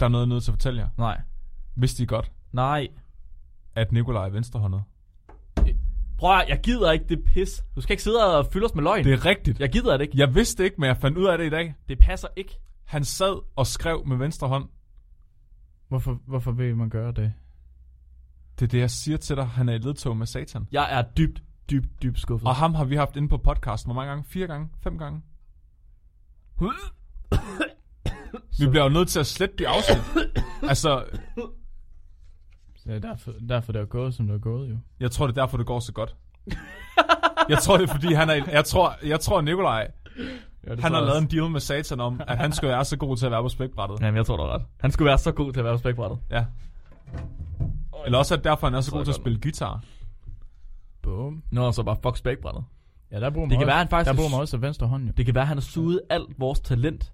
Der er noget, jeg er nødt til at fortælle jer. Nej. Vidste I godt, Nej. at Nikolaj er venstrehåndet? Prøv at, jeg gider ikke det pis. Du skal ikke sidde og fylde os med Det løgn. Det. er rigtigt. Jeg gider det ikke. Jeg vidste det ikke, men jeg fandt ud af det i dag. Det passer ikke. Han sad og skrev med venstre hånd. Hvorfor, hvorfor vil man gøre det? Det er det, jeg siger til dig. Han er i ledtog med satan. Jeg er dybt, dybt, dybt skuffet. Og ham har vi haft inde på podcasten. Hvor mange gange? Fire gange? Fem gange? Vi bliver jo nødt til at slette de afsnit. Altså, Det er derfor, derfor det er gået, som det er gået jo. jeg tror, det er derfor, det går så godt. Jeg tror, det er fordi, han er... Jeg tror, jeg tror Nikolaj, Ja, han har lavet en deal med satan om, at han skal være så god til at være på spækbrættet. Jamen, jeg tror, du har ret. Han skulle være så god til at være på spækbrættet. Ja. Eller også, at derfor han er så god til at godt nok. spille guitar. Bum. Nå, så bare fuck spækbrættet. Ja, der bruger man Det kan også, være, han faktisk der er bruger man s- også af venstre hånd jo. Det kan være, at han har suget alt vores talent,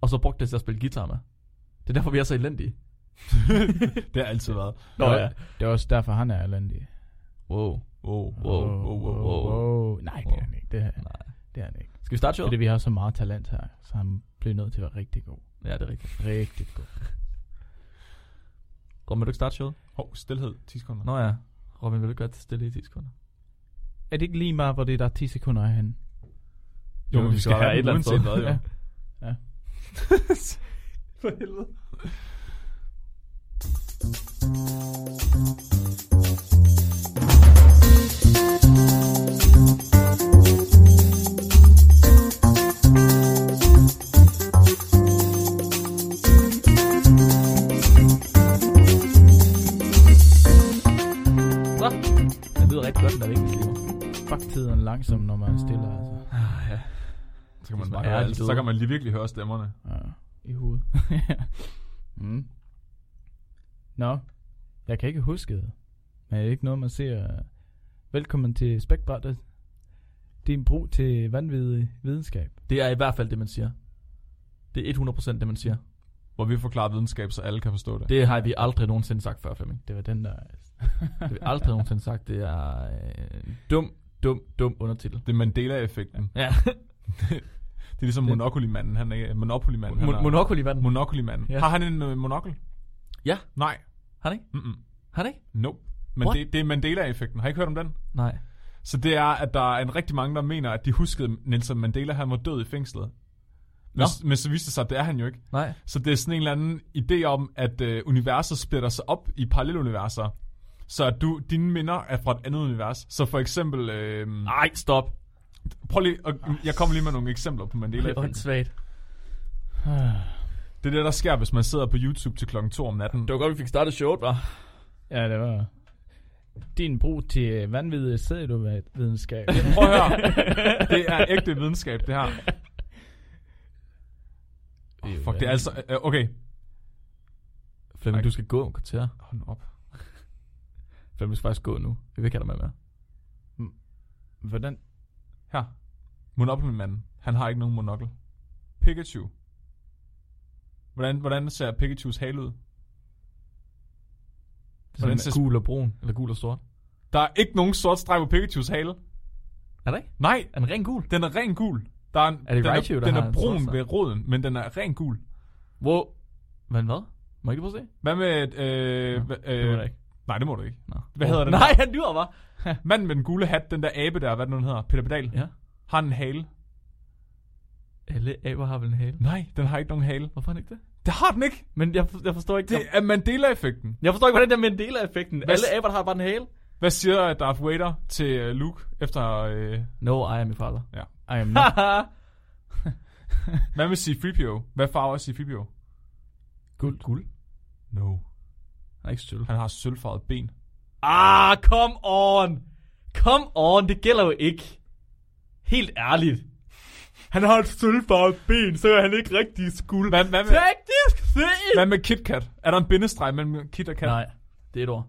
og så brugt det til at spille guitar med. Det er derfor, vi er så elendige. Det har altid været. Nå Det er- ja. Det er også derfor, han er elendig. Wow. Wow. Wow, wow, wow, wow. wow. Nej, det er han ikke. Det er, Nej. det er han ikke. Skal vi starte showet? Fordi vi har så meget talent her, så han bliver nødt til at være rigtig god. Ja, det er rigtigt. Rigtig god. Robin, vil du ikke starte showet? Hov, stillhed. 10 sekunder. Nå ja. Robin, vil du ikke være til stille i 10 sekunder? Er det ikke lige meget, hvor det er, der er 10 sekunder af henne? Jo, men vi skal have et eller andet sted. Hvad, jo. Ja. ja. Ja. For helvede. Så. Det lyder rigtig godt, den der vinkelstiver. Fuck tiden langsom, når man er stille, altså. Ah, ja. Så kan, man Det bare smager høre, ærligt alt. ud. så kan man lige virkelig høre stemmerne. Ja, I hovedet. mm. Nå, jeg kan ikke huske det. Men er det ikke noget, man ser... øh, Velkommen til Spækbrættet. Din brug til vanvittig videnskab. Det er i hvert fald det, man siger. Det er 100% det, man siger. Hvor vi forklarer videnskab, så alle kan forstå det. Det har vi aldrig nogensinde sagt før, Flemming. Det var den der... Det har vi aldrig nogensinde sagt. Det er øh, en dum, dum, dum undertitel. Det er Mandela-effekten. Ja, Det er ligesom Monopoly-manden. Han er Monopoly-manden. han Mon- er- Monopoly var den. Monopoly-manden. Ja. Har han en øh, monokel? Ja. Nej. Har han ikke? Mm-mm. Har han ikke? Nope. Men What? det, det er Mandela-effekten. Har I ikke hørt om den? Nej. Så det er, at der er en rigtig mange, der mener, at de huskede Nelson Mandela, han var død i fængslet. Men, Nå. men så viste det sig, at det er han jo ikke. Nej. Så det er sådan en eller anden idé om, at øh, universet splitter sig op i paralleluniverser. Så at du, dine minder er fra et andet univers. Så for eksempel... Øh, Nej, stop. prøv lige, at, jeg kommer lige med nogle eksempler på Det Mandela. er åndssvagt. Det er det, der sker, hvis man sidder på YouTube til klokken 2 om natten. var godt, vi fik startet showet, var. Ja, det var... Din brug til vanvittig sædvidenskab. Prøv at høre. Det er ægte videnskab, det her. Oh, fuck, det er altså... Øh, okay, Flemming, du skal gå om kvarter. hold nu op. Flemming, du skal faktisk gå nu. Vi vil ikke have dig med mere. Hvordan? Her. Monopoly-manden. Han har ikke nogen monokkel. Pikachu. Hvordan, hvordan ser Pikachus hale ud? Det er ser- sådan gul og brun. Eller gul og sort. Der er ikke nogen sort streg på Pikachus hale. Er der ikke? Nej, Er den ren gul? den er ren gul. Der er, en, Er det den, Raichu, er, der den har er en brun sort streg? ved roden, men den er ren gul. Wow. Men hvad? Må jeg ikke lige prøve at se? Hvad med... Øh, Nå, hva- det må jeg øh, ikke. nej, det må du ikke. Nå. Hvad hedder den? Nej, han lyver, var. Manden med den gule hat, den der abe der, hvad den nu hedder, Peter Pedal, Ja. har en hale. Alle aber har vel en hale. Nej, den har ikke nogen hale. Hvorfor har han ikke det? Det har den ikke. Men jeg, for- jeg forstår ikke Det er Mandela-effekten. Jeg forstår ikke, hvordan det er Mandela-effekten. Hvad Alle s- aber har bare en hale. Hvad siger Darth Vader til øh, Luke efter... Øh, No, I am your father. Ej, jamen, hvad med C-3PO? Hvad farver er C-3PO? guld. Guld? No. Han er ikke sølv. Han har sølvfarvet ben. Ah, come on. Come on, det gælder jo ikke. Helt ærligt. Han har et sølvfarvet ben, så er han ikke rigtig skuld. Hvad, hvad, med, Teknisk set! hvad med KitKat? Er der en bindestreg mellem Kit og Kat? Nej, det er et ord.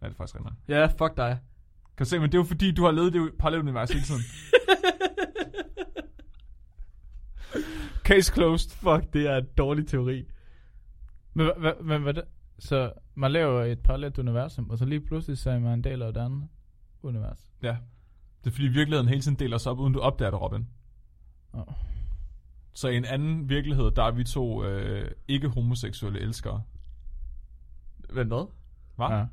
Nej, det er faktisk rigtigt. nok. Ja, fuck dig. Kan du se, men det er jo fordi, du har levet det parallelle univers hele tiden. Case closed. Fuck, det er en dårlig teori. Men, hva- hva- men hvad det? Så man laver et parallelt universum, og så lige pludselig så er man en del af et andet univers. Ja. Det er fordi virkeligheden hele tiden deler sig op, uden du opdager det, Robin. Oh. Så i en anden virkelighed, der er vi to øh, ikke homoseksuelle elskere. Vent, hvad? Hva? Ja.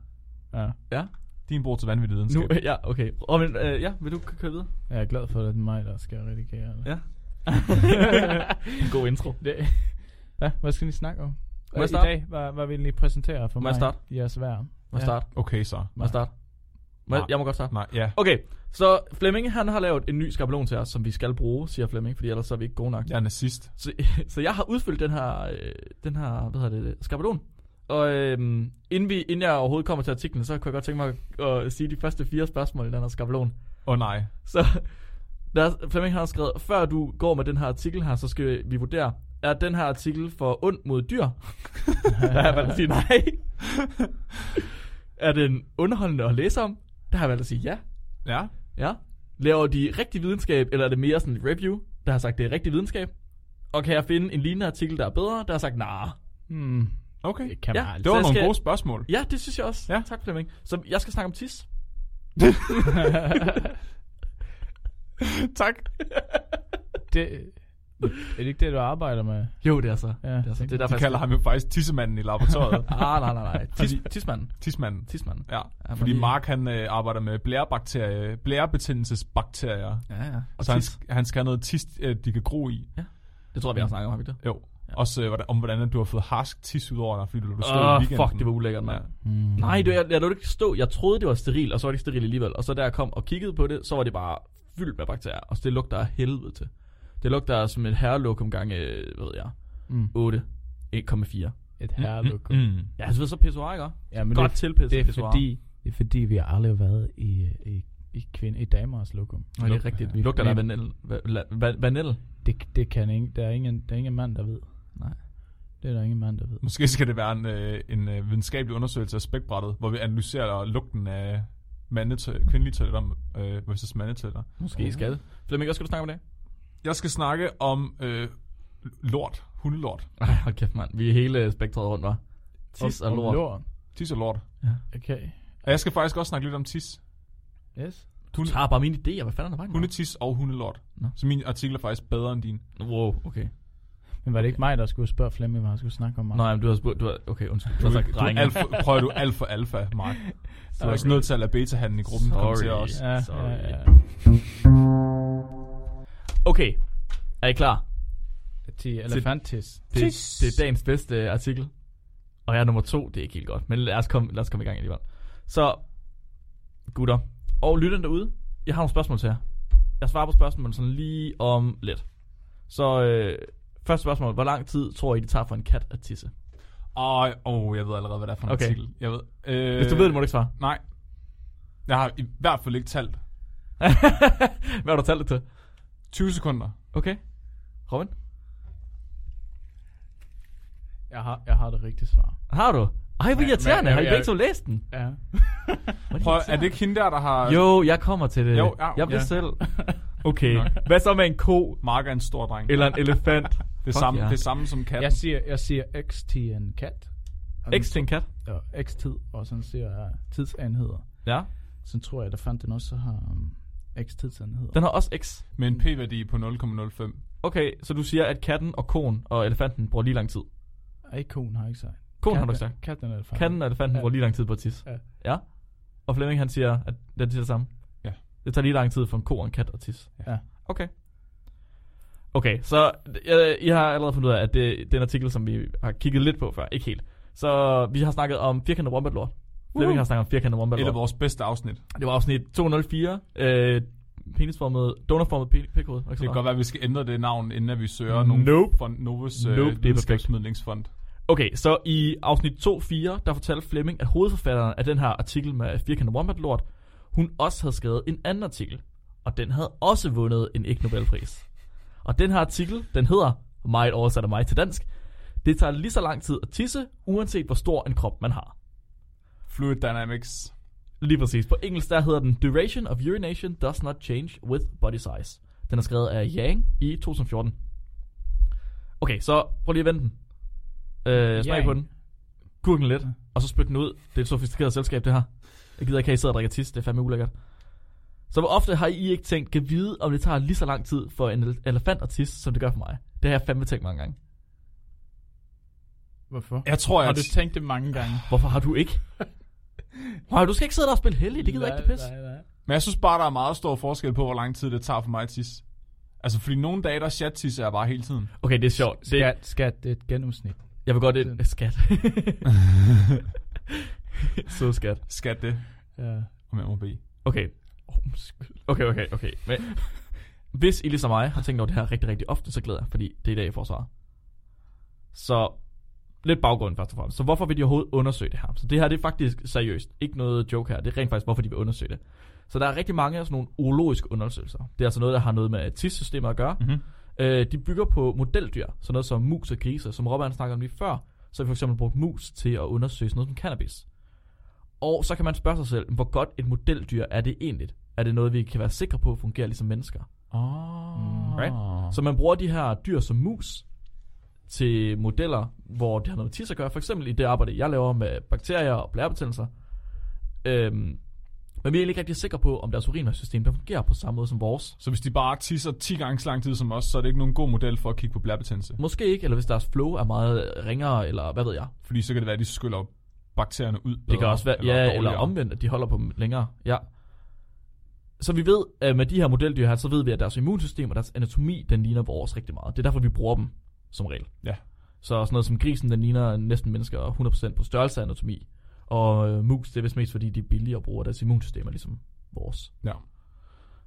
Ja. ja. Ja. Din bror til vanvittig videnskab. Nu, ja, okay. Og, men, øh, ja, vil du k- køre videre? Jeg er glad for, at det er mig, der skal redigere det. Ja. God intro. det. Ja, hvad skal vi snakke om? Må jeg I starte? dag, hvad, hvad vil I præsentere for Må mig? jeg starte? Jeres vær. Må jeg Ja. starte? Okay så. Må jeg starte? Må jeg, Nej. jeg må godt starte. Nej, ja. Okay, så Flemming han har lavet en ny skabelon til os, som vi skal bruge, siger Flemming, fordi ellers så er vi ikke gode nok. Jeg er nazist. Så, så jeg har udfyldt den her, øh, den her hvad hedder det, skabelon. Og øhm, inden, vi, inden jeg overhovedet kommer til artiklen, så kunne jeg godt tænke mig at, at sige de første fire spørgsmål i den her skabelon. Åh oh, nej. Så der, er- Flemming har skrevet, før du går med den her artikel her, så skal vi vurdere, er den her artikel for ond mod dyr? der har jeg valgt at sige nej. er den underholdende at læse om? Der har jeg valgt at sige ja. Ja. Ja. Laver de rigtig videnskab, eller er det mere sådan et review, der har sagt, det er rigtig videnskab? Og kan jeg finde en lignende artikel, der er bedre, der har sagt, nej. Nah. Hmm, Okay. det kan Ja. man aldrig. Det var Så nogle skal- gode spørgsmål. Ja, det synes jeg også. Ja. Tak, Flemming. Så jeg skal snakke om tis. tak. altså- Det, er det ikke det, du arbejder med? Jo, det er så. Ja, det er, så. Det De er derfor, kalder ham jo faktisk tissemanden i laboratoriet. Ah, nej, nej, nej. Tis, tismanden. Tismanden. Tismanden. Ja, Ja, fordi fordi- Mark han øh, arbejder med blærebakterier, blærebetændelsesbakterier. Ja, ja. Og Så han, tis. sk- han skal have noget tis, øh, de kan gro i. Det tror jeg, vi har snakket om, har vi ikke det? Jo. Ja. Også øh, hvordan- om, hvordan at du har fået harsk tis ud over dig, fordi du lå stå i Åh, weekenden. fuck, det var ulækkert, mand. Ja. Hmm. Nej, det, jeg, jeg lå det ikke stå. Jeg troede, det var steril, og så var det ikke steril alligevel. Og så da jeg kom og kiggede på det, så var det bare fyldt med bakterier. Og så det lugter af helvede til. Det lugter som et herrelokum gange, øh, hvad ved jeg, Mm. 8, 1,4. Et herreluk. Mm. Mm. Ja, så ved så pissoir, ikke? også? Ja, men Godt det, tilpisset det, er pissoir. fordi, det er fordi, vi har aldrig har været i, øh, i, i, kvinde, i damers lokum. Nå, det er rigtigt. Vi- Lugter vi- der af vanil? Va- la- va- Vanil? Det, det kan ingen, der, er ingen, der er ingen mand, der ved. Nej. Det er der ingen mand, der ved. Måske skal det være en, øh, en øh, videnskabelig undersøgelse af spækbrættet, hvor vi analyserer lugten af mandetø- kvindelige toiletter øh, versus mandetoiletter. Måske skal det. Flemming, hvad skal du snakke om i dag? Jeg skal snakke om øh, lort, hundelort. Ej, hold kæft, mand. Vi er hele øh, spektret rundt, var. Tis og Om lort. lort. Tis og lort. Okay. Og jeg skal faktisk også snakke lidt om tis. Yes. Du tager bare mine idéer. Hvad fanden er der vejen? med? Hundetis og hundelort. Nå. Så min artikel er faktisk bedre end din. Wow, okay. Men var det ikke mig, der skulle spørge Flemming, hvad han skulle snakke om mig? Nej, men du har spurgt... Du har, okay, undskyld. Du Du, har er- sagt du drenge. er alfa, prøver du alfa alfa, Mark. Du er også nødt til at lade beta-handen i gruppen komme til Sorry. os. Ja, Sorry. ja, ja. Okay, er I klar? Til elefantis. Det, det er dagens bedste øh, artikel. Og jeg er nummer to, det er ikke helt godt. Men lad os komme, lad os komme i gang alligevel. Så, gutter og lytterne derude, jeg har nogle spørgsmål til jer. Jeg svarer på spørgsmålene sådan lige om lidt. Så øh, første spørgsmål. Hvor lang tid tror I, det tager for en kat at tisse? Åh, oh, jeg ved allerede, hvad det er for en Okay. artikel. Jeg ved. Øh, Hvis du ved det, må du ikke svare. Nej. Jeg har i hvert fald ikke talt. Hvad har du talt det til? 20 sekunder. Okay. Robin? Jeg har, jeg har det rigtige svar. Har du? Ej, hvor Ja, irriterende. men- Har I jeg- begge to læst den? Ja. Hvor Prøv, er irriterende. det ikke hende der, der har... Jo, jeg kommer til det. Jo, ja, jeg bliver ja. selv. Okay. Nok. Hvad så med en ko Mark er en stor dreng. eller en elefant? det, Fuck samme, ja. det samme som katten. Jeg siger, jeg siger x til en kat. Og den X til en kat. tro- Og x tid, og sådan siger jeg tidsenheder. Ja. Så tror jeg, der fandt den også har um, x tidsenheder. Den har også X. Med en p-værdi på 0,05. Okay, så du siger, at katten og konen og elefanten bruger lige lang tid. Ej, konen har ikke sagt. Konen har du ikke sagt. Katten er det faktisk. Katten og elefanten Ja. bruger lige lang tid på at tisse. Ja. ja. Og Flemming han siger, at den siger det samme. Ja. Det tager lige lang tid for en ko og en kat at tisse. Ja. Okay. Okay, så jeg, jeg har allerede fundet ud af, at det, det er en artikel, som vi har kigget lidt på før. Ikke helt. Så vi har snakket om firkantet wombat-lort. Flemming har snakket om firkantet wombat-lort. Et af vores bedste afsnit. Det var afsnit 204. Øh, penisformet, donorformet pe- pikhoved. Det kan godt være, at vi skal ændre det navn, inden at vi søger Nope. nogen nope. fra Novus Nope, det er nope, perfekt. øh, videnskabsmidlingsfond. Okay, så i afsnit 204, der fortalte Flemming, at hovedforfatteren af den her artikel med firkantet wombat lort, hun også havde skrevet en anden artikel. Og den havde også vundet en ikke Nobelpris. Og den her artikel, den hedder, meget oversat af mig til dansk, det tager lige så lang tid at tisse, uanset hvor stor en krop man har. Fluid Dynamics. Lige præcis. På engelsk der hedder den Duration of urination does not change with body size. Den er skrevet af Yang i 2014. Okay, så prøv lige at vente den. Øh, smag Yang. på den. Kurk den lidt, og så spyt den ud. Det er et sofistikeret selskab, det her. Jeg gider ikke have, at I sidder og drikker tis. Det er fandme ulækkert. Så hvor ofte har I ikke tænkt, kan vide, om det tager lige så lang tid for en elefant at tisse, som det gør for mig? Det har jeg fandme tænkt mange gange. Hvorfor? Jeg tror, jeg... Har du tænkt det mange gange? Hvorfor har du ikke? Wow, du skal ikke sidde der og spille heldig. Det gider jeg ikke det pis. Nej, nej. Men jeg synes bare, der er meget stor forskel på, hvor lang tid det tager for mig at tisse. Altså, fordi nogle dage, der chat tisser jeg bare hele tiden. Okay, det er sjovt. Det, Skat, skat, det er et gennemsnit. Jeg vil godt ind. Skat. Så skat. Skat det, Ja. om jeg må bede. Okay. Okay, okay, okay. Men, hvis I ligesom mig har tænkt over det her rigtig, rigtig ofte, så glæder jeg, fordi det er i dag, jeg får svar. Så lidt baggrund først og fremmest. Så hvorfor vil de overhovedet undersøge det her? Så det her det er faktisk seriøst. Ikke noget joke her. Det er rent faktisk, hvorfor de vil undersøge det. Så der er rigtig mange af sådan nogle urologiske undersøgelser. Det er altså noget, der har noget med tidssystemet at gøre. Mm-hmm. Øh, de bygger på modeldyr, sådan noget som mus og grise. Som Robert han snakkede om lige før, så har vi for eksempel brugt mus til at undersøge sådan noget som cannabis. Og så kan man spørge sig selv, hvor godt et modeldyr er det egentlig? Er det noget, vi kan være sikre på fungerer ligesom mennesker? Oh. Right? Så man bruger de her dyr som mus til modeller, hvor det har noget med tis at gøre. For eksempel i det arbejde, jeg laver med bakterier og blærebetændelser. Øhm, men vi er egentlig ikke rigtig sikre på, om deres urinvejssystem der fungerer på samme måde som vores. Så hvis de bare tisser 10 gange så lang tid som os, så er det ikke nogen god model for at kigge på blærebetændelse. Måske ikke, eller hvis deres flow er meget ringere, eller hvad ved jeg. Fordi så kan det være, at de skyller bakterierne ud bedre, Det kan også være, eller ja, dårligere. eller omvendt, at de holder på dem længere, ja. Så vi ved, at med de her modeldyr her, så ved vi, at deres immunsystem og deres anatomi, den ligner vores rigtig meget. Det er derfor, vi bruger dem, som regel. Ja. Så sådan noget som grisen, den ligner næsten mennesker 100% på størrelse og anatomi. Og øh, mus, det er vist mest, fordi de er billige og bruger deres immunsystemer, ligesom vores. Ja.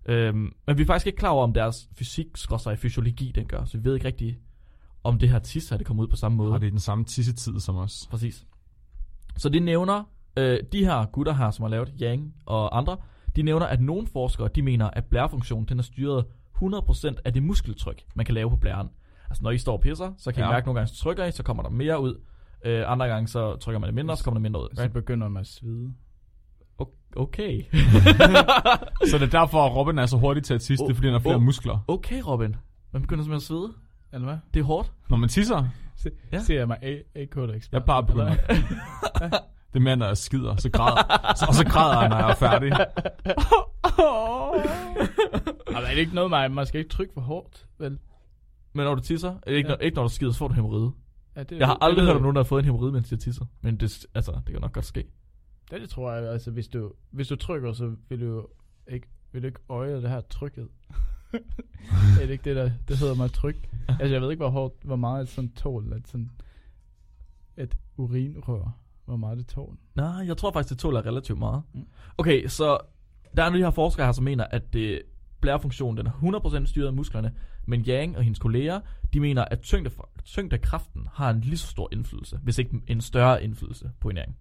Øhm, men vi er faktisk ikke klar over, om deres fysik, skråstrej fysiologi, den gør. Så vi ved ikke rigtig, om det her tis her, det kommer ud på samme måde. Har det den samme tissetid som os? Præcis. Så det nævner, øh, de her gutter her, som har lavet Yang og andre, de nævner, at nogle forskere, de mener, at blærefunktionen, den er styret 100% af det muskeltryk, man kan lave på blæren. Altså når I står og pisser, så kan ja. I Ja. mærke, at nogle gange så trykker I, så kommer der mere ud. Øh, andre gange, så trykker man det mindre, så kommer der mindre ud. Så begynder man at svide. O- Okay. Så det er derfor, at Robin er så hurtig til at tisse, det er, fordi han har flere Oh. muskler. Okay, Robin. Man begynder simpelthen at svede. Eller hvad? Det er hårdt. Når man tisser, Se, Ja. ja. Ser jeg mig A-kode ekspert. jeg bare begynder. det er mere, når jeg skider, så græder, så, og så græder jeg, når jeg er færdig. Jamen, er det ikke noget, man, man skal ikke trykke for hårdt, vel? Men når du tisser, ikke, Ja. når, ikke når du skider, så får du hemorrhide. Ja, det, Jeg har det aldrig ved hørt om jeg. nogen, der har fået en hemorrhide, mens de har tisset. Men det, altså, det kan nok godt ske. Det, det tror jeg, altså hvis du, hvis du trykker, så vil du jo ikke, vil du ikke øje det her trykket. er det ikke det, der det hedder mig tryk? Altså jeg ved ikke, hvor hårdt, hvor meget et sådan tål, at sådan et urinrør, hvor meget det tål. Nej, jeg tror faktisk, det tåler relativt meget. Mm. Okay, så der er nogle af de her forskere her, som mener, at det blærefunktionen den er 100% styret af musklerne, men Yang og hendes kolleger, de mener, at tyngde, tyngdekraften har en lige så stor indflydelse, hvis ikke en større indflydelse på ernæring.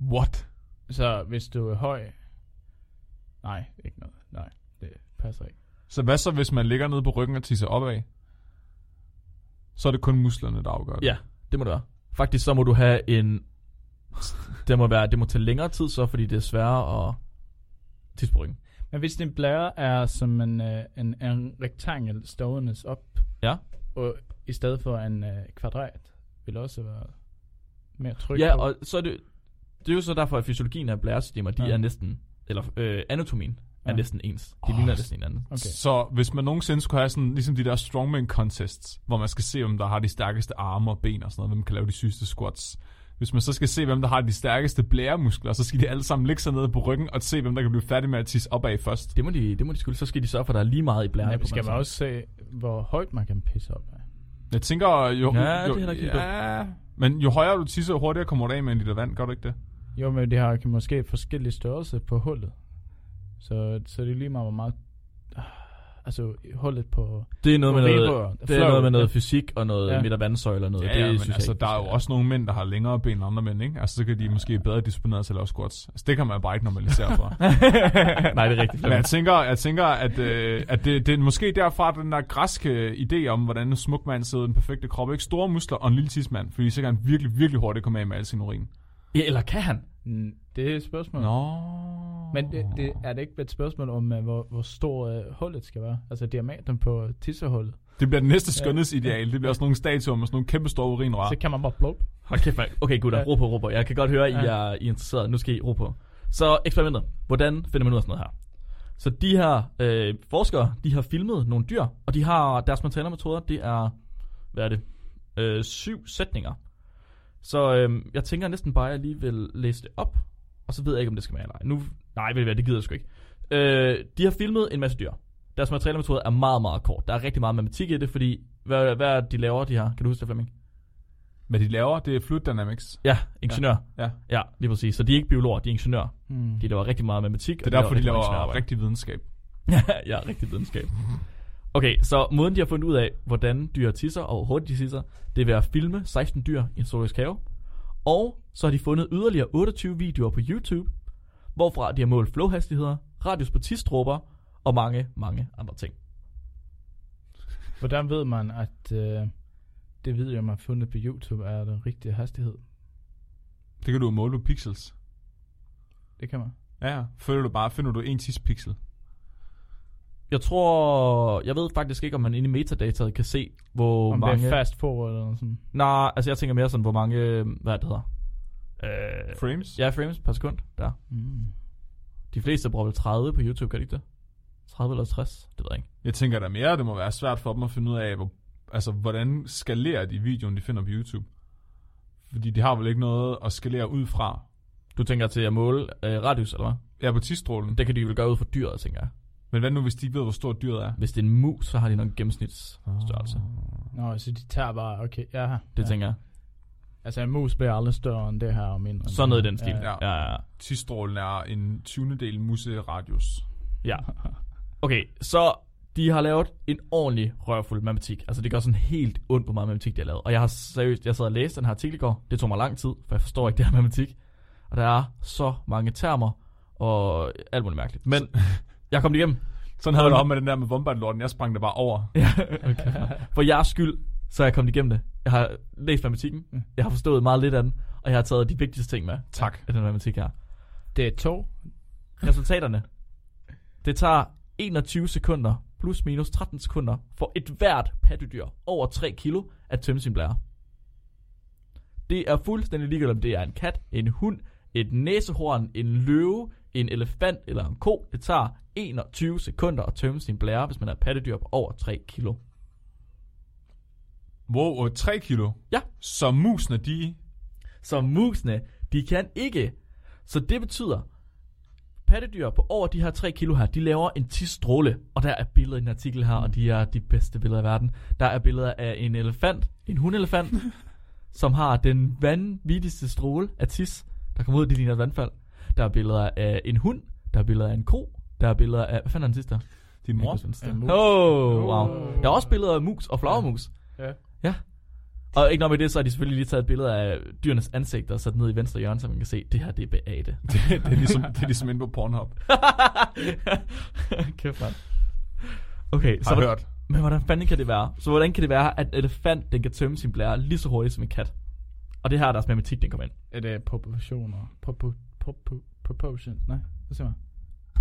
What? Så hvis du er høj... Nej, ikke noget. Nej, det passer ikke. Så hvad så, hvis man ligger nede på ryggen og tisser opad? Så er det kun musklerne, der afgør det. Ja, det må det være. Faktisk så må du have en... Det må, være, det må tage længere tid så, fordi det er sværere at tisse på ryggen. Men hvis din blære er som en, øh, en, en rektangel stående op, Ja. og i stedet for en øh, kvadrat, vil også være mere tryk Ja, på. og så er det, det er jo så derfor, at fysiologien af blæresystemer, de ja. Ja. er næsten, eller øh, anatomien er Ja. næsten ens. De Åh, ligner næsten hinanden. Okay. Så hvis man nogensinde skulle have sådan, ligesom de der strongman contests, hvor man skal se, hvem der har de stærkeste arme og ben og sådan noget, hvem kan lave de sygeste squats. Hvis man så skal se, hvem der har de stærkeste blæremuskler, så skal de alle sammen ligge sig nede på ryggen og se, hvem der kan blive færdig med at tisse opad først. Det må de, det må de skulle. Så skal de sørge for, at der er lige meget i blæren. Men skal man også se, hvor højt man kan pisse op af. Jeg tænker, jo, Ja, det er jo, heller ikke helt ja, men jo højere du tisser, jo hurtigere kommer du af med en liter vand, gør du ikke det? Jo, men det har måske forskellige størrelser på hullet. Så, så det er lige meget, hvor meget... Altså, hullet på... Det er noget med noget, urinrøret. det er Flow. noget, med noget fysik og noget ja. Ja. midt- og vandsøjle og noget. Ja, det ja, men synes jeg altså, ikke, der vi er jo skal- også nogle mænd, der har længere ben end andre mænd, ikke? Altså, så kan de måske bedre disponere til at lave squats. Altså, det kan man bare ikke normalisere for. Nej, det er rigtigt. Men jeg tænker, jeg tænker at, øh, at det, det er måske derfra den der græske idé om, hvordan en smuk mand sidder i den perfekte krop. Ikke store muskler og en lille tidsmand, fordi så kan han virkelig, virkelig hurtigt komme af med al sin urin. Ja, eller kan han? Mm, Det er et spørgsmål. Nå. Men det, det, er det ikke et spørgsmål om, øh, hvor, hvor stor øh, hullet skal være? Altså diameteren på tissehullet. det bliver det næste skønhedsideal. Det bliver sådan nogle statuer med sådan nogle kæmpe store urinrør. Så kan man bare blå. Hold kæft, mand. Okay, gutter. Ja. Ro på, ro på. Jeg kan godt høre, I Ja. er, I er interesseret. Nu skal I ro på. Så eksperimentet. Hvordan finder man ud af sådan noget her? Så de her øh, forskere, de har filmet nogle dyr, og de har deres materialemetoder, det er, hvad er det, øh, syv sætninger. Så øh, jeg tænker næsten bare, at jeg lige vil læse det op, og så ved jeg ikke, om det skal med eller ej. Nu, nej, ved du hvad, det gider jeg sgu ikke. Øh, de har filmet en masse dyr. Deres materialemetoder er meget, meget kort. Der er rigtig meget matematik i det, fordi hvad, hvad er det, de laver, de her? Kan du huske det, Flemming? Hvad de laver, det er fluid dynamics. Ja, ingeniør. Ja. Ja, lige præcis. Så de er ikke biologer, de er ingeniører. Mm. De laver rigtig meget matematik. Det er derfor, de laver ingeniørarbejde. rigtig videnskab. Ja, ja, rigtig videnskab. Okay, så måden de har fundet ud af, hvordan dyr tisser og hvor hurtigt de tisser, det er ved at filme 16 dyr i en zoologisk have. Og så har de fundet yderligere 28 videoer på YouTube, hvorfra de har målt flowhastigheder, radius på tisdråber og mange, mange andre ting. Hvordan ved man, at øh, det video, man har fundet på YouTube, er den rigtige hastighed? Det kan du jo måle på pixels. Det kan man. Ja, ja. Følger du bare, finder du en tidspixel. Jeg tror, jeg ved faktisk ikke, om man inde i metadataet kan se, hvor Om mange... det er fast forward eller noget sådan. Nej, altså jeg tænker mere sådan, hvor mange, øh, hvad er det hedder? Øh, Frames? ja, frames per sekund, der. Hmm. Mm. De fleste bruger vel 30 på YouTube, gør de ikke det? 30 eller 60, det ved jeg ikke. Jeg tænker da mere, at det må være svært for dem at finde ud af, hvor, altså, hvordan skalerer de videoen, de finder på YouTube? Fordi de har vel ikke noget at skalere ud fra. Du tænker til at måle øh, radius, eller hvad? Ja, på tidsstrålen. Det kan de vel gøre ud fra dyret, tænker jeg. Men hvad nu, hvis de ikke ved, hvor stort dyret er? Hvis det er en mus, så har de nok en gennemsnitsstørrelse. Nå, så de tager bare, okay, ja. Det ja. tænker jeg. Altså, en mus bliver aldrig større end det her og mindre. end Sådan noget i det den her. stil. Ja. Ja, ja, ja. Tidsstrålen er en 20. del museradius. ja. Okay, så de har lavet en ordentlig rørfuld matematik. Altså det gør sådan helt ondt på meget matematik, de har lavet. Og jeg har seriøst, jeg sad og læste den her artikel i går. Det tog mig lang tid, for jeg forstår ikke det her matematik. Og der er så mange termer og alt muligt mærkeligt. Men jeg kom igennem. Sådan havde jeg det op med den der med vombardlorten. Jeg sprang der bare over. Ja, okay. For jeres skyld, så er jeg kommet igennem det. Jeg har læst matematikken, jeg har forstået meget lidt af den, og jeg har taget de vigtigste ting med Tak. af den matematik her. Det er to. Resultaterne. Det tager 21 sekunder plus minus 13 sekunder for et hvert pattedyr over 3 kilo at tømme sin blære. Det er fuldstændig ligegyldigt, om det er en kat, en hund, et næsehorn, en løve, en elefant eller en ko. Det tager 21 sekunder at tømme sin blære, hvis man er et pattedyr på over 3 kilo. Wow, og 3 kilo. Ja. Så musene, de... Så musene, de kan ikke. Så det betyder, pattedyr på over de her 3 kilo her, de laver en tisstråle. Og der er billeder i den artikel her, og de er de bedste billeder i verden. Der er billeder af en elefant, en hundelefant, som har den vanvittigste stråle af tis, der kommer ud, det ligner et vandfald. Der er billeder af en hund, der er billeder af en ko, der er billeder af... Hvad fanden er den sidste? Din mor? En mus. Oh, wow. Der er også billeder af mus og flagermus. Ja. Ja. Og ikke nok med det, så har de selvfølgelig lige taget et billede af dyrenes ansigter og sat ned i venstre hjørne, så man kan se, at det her det er beate. Det, det, er ligesom, det er ligesom inde på Pornhub. Kæft, mand. Okay, så Har hvordan, hørt. men hvordan fanden kan det være? Så hvordan kan det være, at en elefant den kan tømme sin blære lige så hurtigt som en kat? Og det her er deres matematik, den kommer ind. Er det proportioner? Propo, propo, proportion? Nej, hvad siger man?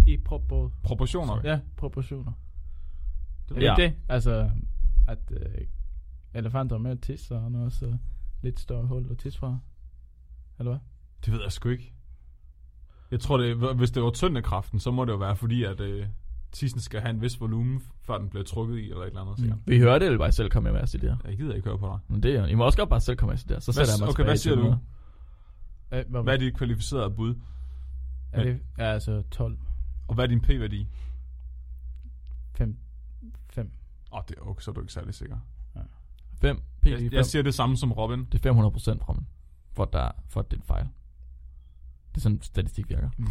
I propor... Proportioner. Ja, proportioner. Det er Ja. ja. det. Altså, at øh, elefanter er med at tisse, og han har også øh, lidt større hul at tisse fra. Eller hvad? Mm. Det ved jeg sgu ikke. Jeg tror, det, hvis det var tyndekraften, så må det jo være fordi, at øh, tissen skal have en vis volumen, før den bliver trukket i, eller et eller andet. Mm. sikkert. Vi hører det, eller bare selv komme med jeres idéer. Jeg gider ikke høre på dig. Men det er jo... I må også godt bare selv komme med jeres idéer, så sætter jeg mig okay, tilbage hvad til siger du? noget. Øh, hvad, Hvad er dit kvalificerede bud? er det? Ja, altså 12. Og hvad er din p-værdi? 5. 5. Åh, oh, det er okay, så er du ikke særlig sikker. 5, p Jeg, jeg siger det samme som Robin. Det er 500% fra mig, for, at der, for at det er en fejl. Det er sådan, statistik virker. Det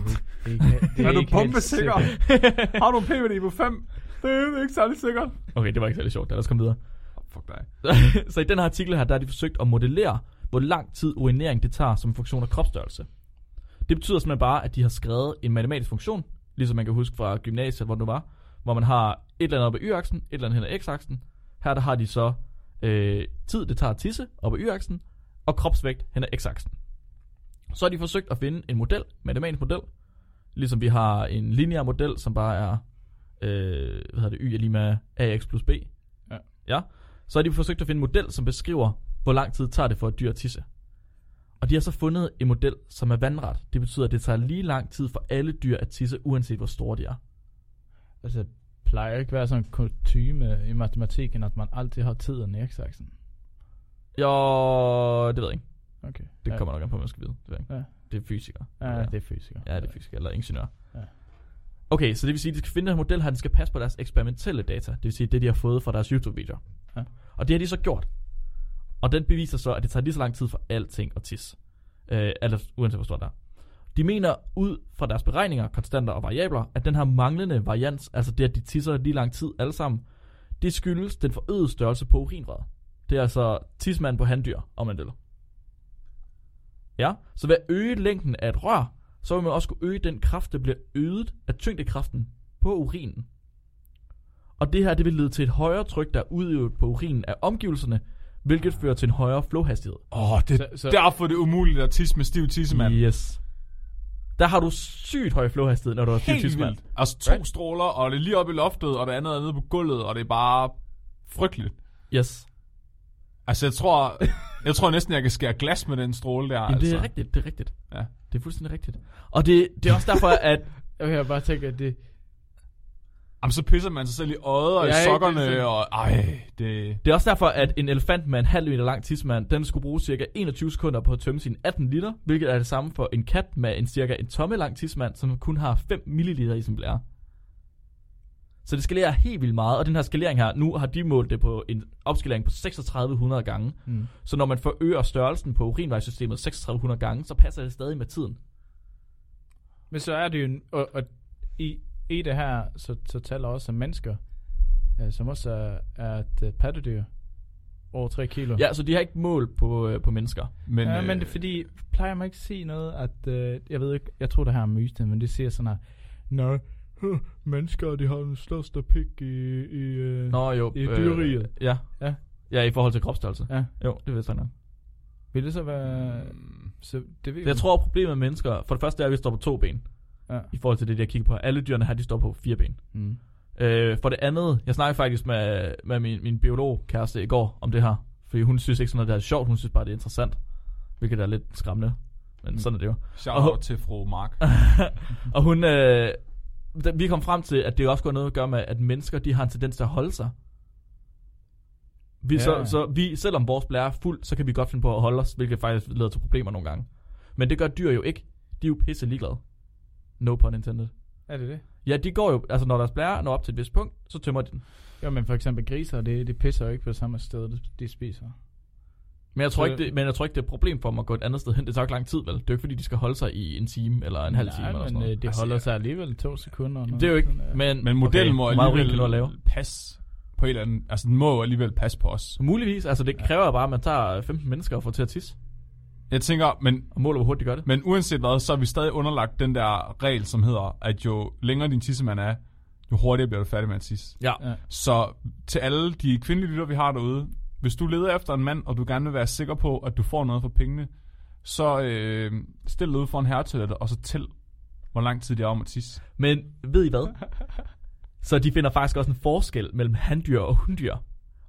er, ikke, det Er du ikke helt pumpesikker? sikkert. Har du en p-værdi på 5? Det er ikke særlig sikkert. Okay, det var ikke særlig sjovt. Lad os komme videre. Oh, fuck dig. så i den her artikel her, der har de forsøgt at modellere, hvor lang tid urinering det tager som funktion af kropsstørrelse. Det betyder simpelthen bare, at de har skrevet en matematisk funktion, ligesom man kan huske fra gymnasiet, hvor du var, hvor man har et eller andet oppe i y-aksen, et eller andet hen ad x-aksen. Her der har de så øh, tid, det tager at tisse oppe i y-aksen, og kropsvægt hen ad x-aksen. Så har de forsøgt at finde en model, matematisk model, ligesom vi har en lineær model, som bare er, øh, hvad hedder det, y er lige med ax plus b. Ja. ja. Så har de forsøgt at finde en model, som beskriver, hvor lang tid tager det for et dyr at tisse. Og de har så fundet en model, som er vandret. Det betyder, at det tager lige lang tid for alle dyr at tisse, uanset hvor store de er. Altså, plejer ikke være sådan en kutume i matematikken, at man altid har tiden i x-aksen. Jo, det ved jeg ikke. Okay. Det ja. kommer nok an på, hvad man skal vide. Det, ved jeg ikke. Ja. det er fysikere. Ja, Ja. det er fysiker. Ja, det er fysiker eller ingeniør. Ja. Okay, så det vil sige, at de skal finde den her model her, den skal passe på deres eksperimentelle data. Det vil sige, det de har fået fra deres YouTube-videoer. Ja. Og det har de så gjort. Og den beviser så, at det tager lige så lang tid for alting at tisse. Øh, eller uanset hvor stort det er. De mener ud fra deres beregninger, konstanter og variabler, at den her manglende varians, altså det, at de tisser lige lang tid alle sammen, det skyldes den forøgede størrelse på urinrøret. Det er altså tismanden på handdyr, om man vil. Ja, så ved at øge længden af et rør, så vil man også kunne øge den kraft, der bliver øget af tyngdekraften på urinen. Og det her, det vil lede til et højere tryk, der er udøvet på urinen af omgivelserne, hvilket fører til en højere flowhastighed. Åh, oh, det er Så- så- derfor, det er umuligt at tisse med stiv tissemand. Yes. Der har du sygt høj flowhastighed, når du har Helt fysisk mand. vildt. Altså to Right? right? stråler, og det er lige oppe i loftet, og det andet er nede på gulvet, og det er bare frygteligt. Yes. Altså jeg tror, jeg tror næsten, jeg kan skære glas med den stråle der. Jamen, altså. det er rigtigt, det er rigtigt. Ja. Det er fuldstændig rigtigt. Og det, det er også derfor, at... Okay, jeg bare tænker, at det... Jamen, så pisser man sig selv i øjet og Ja, i ikke? sokkerne, Det er sådan- og ej, det... Det er også derfor, at en elefant med en halv meter lang tidsmand, den skulle bruge cirka 21 sekunder på at tømme sine 18 liter, hvilket er det samme for en kat med en cirka en tomme lang tidsmand, som kun har 5 milliliter i sin blære. Så det skalerer helt vildt meget, og den her skalering her, nu har de målt det på en opskalering på 3600 gange. Mm. Så når man forøger størrelsen på urinvejssystemet 3600 gange, så passer det stadig med tiden. Men så er det jo... En, og, og i, i det her, så, så taler også om mennesker, øh, som også er, er et øh, pattedyr over 3 kilo. Ja, så de har ikke mål på, øh, på mennesker. Men, ja, øh, men det er fordi, plejer man ikke at sige noget, at, øh, jeg ved ikke, jeg tror det her er en myte, men det siger sådan her, nej, huh, mennesker, de har den største pik i, i øh, Nå jo. øh, I dyreriget. ja. Ja. Ja, i forhold til kropsstørrelse. Ja. Jo, det ved jeg nok. Vil det så være, så det ved øh, Jeg tror, at problemet med mennesker, for det første er, at vi står på to ben. Øhm. Ja. I forhold til det, der kigger på. Alle dyrene her, de står på fire ben. Mm. Øh, for det andet, jeg snakkede faktisk med, med min, min biologkæreste i går om det her. Fordi hun synes ikke sådan noget, der er sjovt. Hun synes bare, det er interessant. Hvilket er lidt skræmmende. Men Mm. mm. sådan er det jo. Shout out Og- til fru Mark. Og hun, øh, da- vi kom frem til, at det jo også går noget at gøre med, at mennesker, de har en tendens til at holde sig. Vi, ja. Ja. så, så vi, selvom vores blære er fuld, så kan vi godt finde på at holde os, hvilket faktisk leder til problemer nogle gange. Men det gør dyr jo ikke. De er jo pisse ligeglade. No pun intended. Er det det? Ja, de går jo, altså når deres blære når op til et vist punkt, så tømmer de den. Jo, men for eksempel griser, det, de pisser jo ikke på samme sted, de, de spiser. Men jeg, tror Så- ikke, det, men jeg tror ikke, det er et problem for dem at gå et andet sted hen. Det tager jo ikke lang tid, vel? Det er jo ikke, fordi de skal holde sig i en time eller en halv time Nej, eller sådan men noget. øh, det Altså, holder ja. sig alligevel to sekunder. det er jo ikke, men, Men modellen okay, må hvor meget urin kan du alligevel lave? passe på et eller andet... Altså, den må alligevel passe på os. Så muligvis, altså det kræver bare, at man tager 15 mennesker og får til at tisse, Jeg tænker, men, og måler, hvor hurtigt de gør det. men uanset hvad, så er vi stadig underlagt den der regel, som hedder, at jo længere din tissemand er, jo hurtigere bliver du færdig med at tisse. Ja. Ja. Så til alle de kvindelige lytter, vi har derude, hvis du leder efter en mand, og du gerne vil være sikker på, at du får noget for pengene, så øh, stil dig ude for en herretoilet, og så tæl, hvor lang tid det er om at tisse. Men ved I hvad? Så de finder faktisk også en forskel mellem handdyr og hunddyr.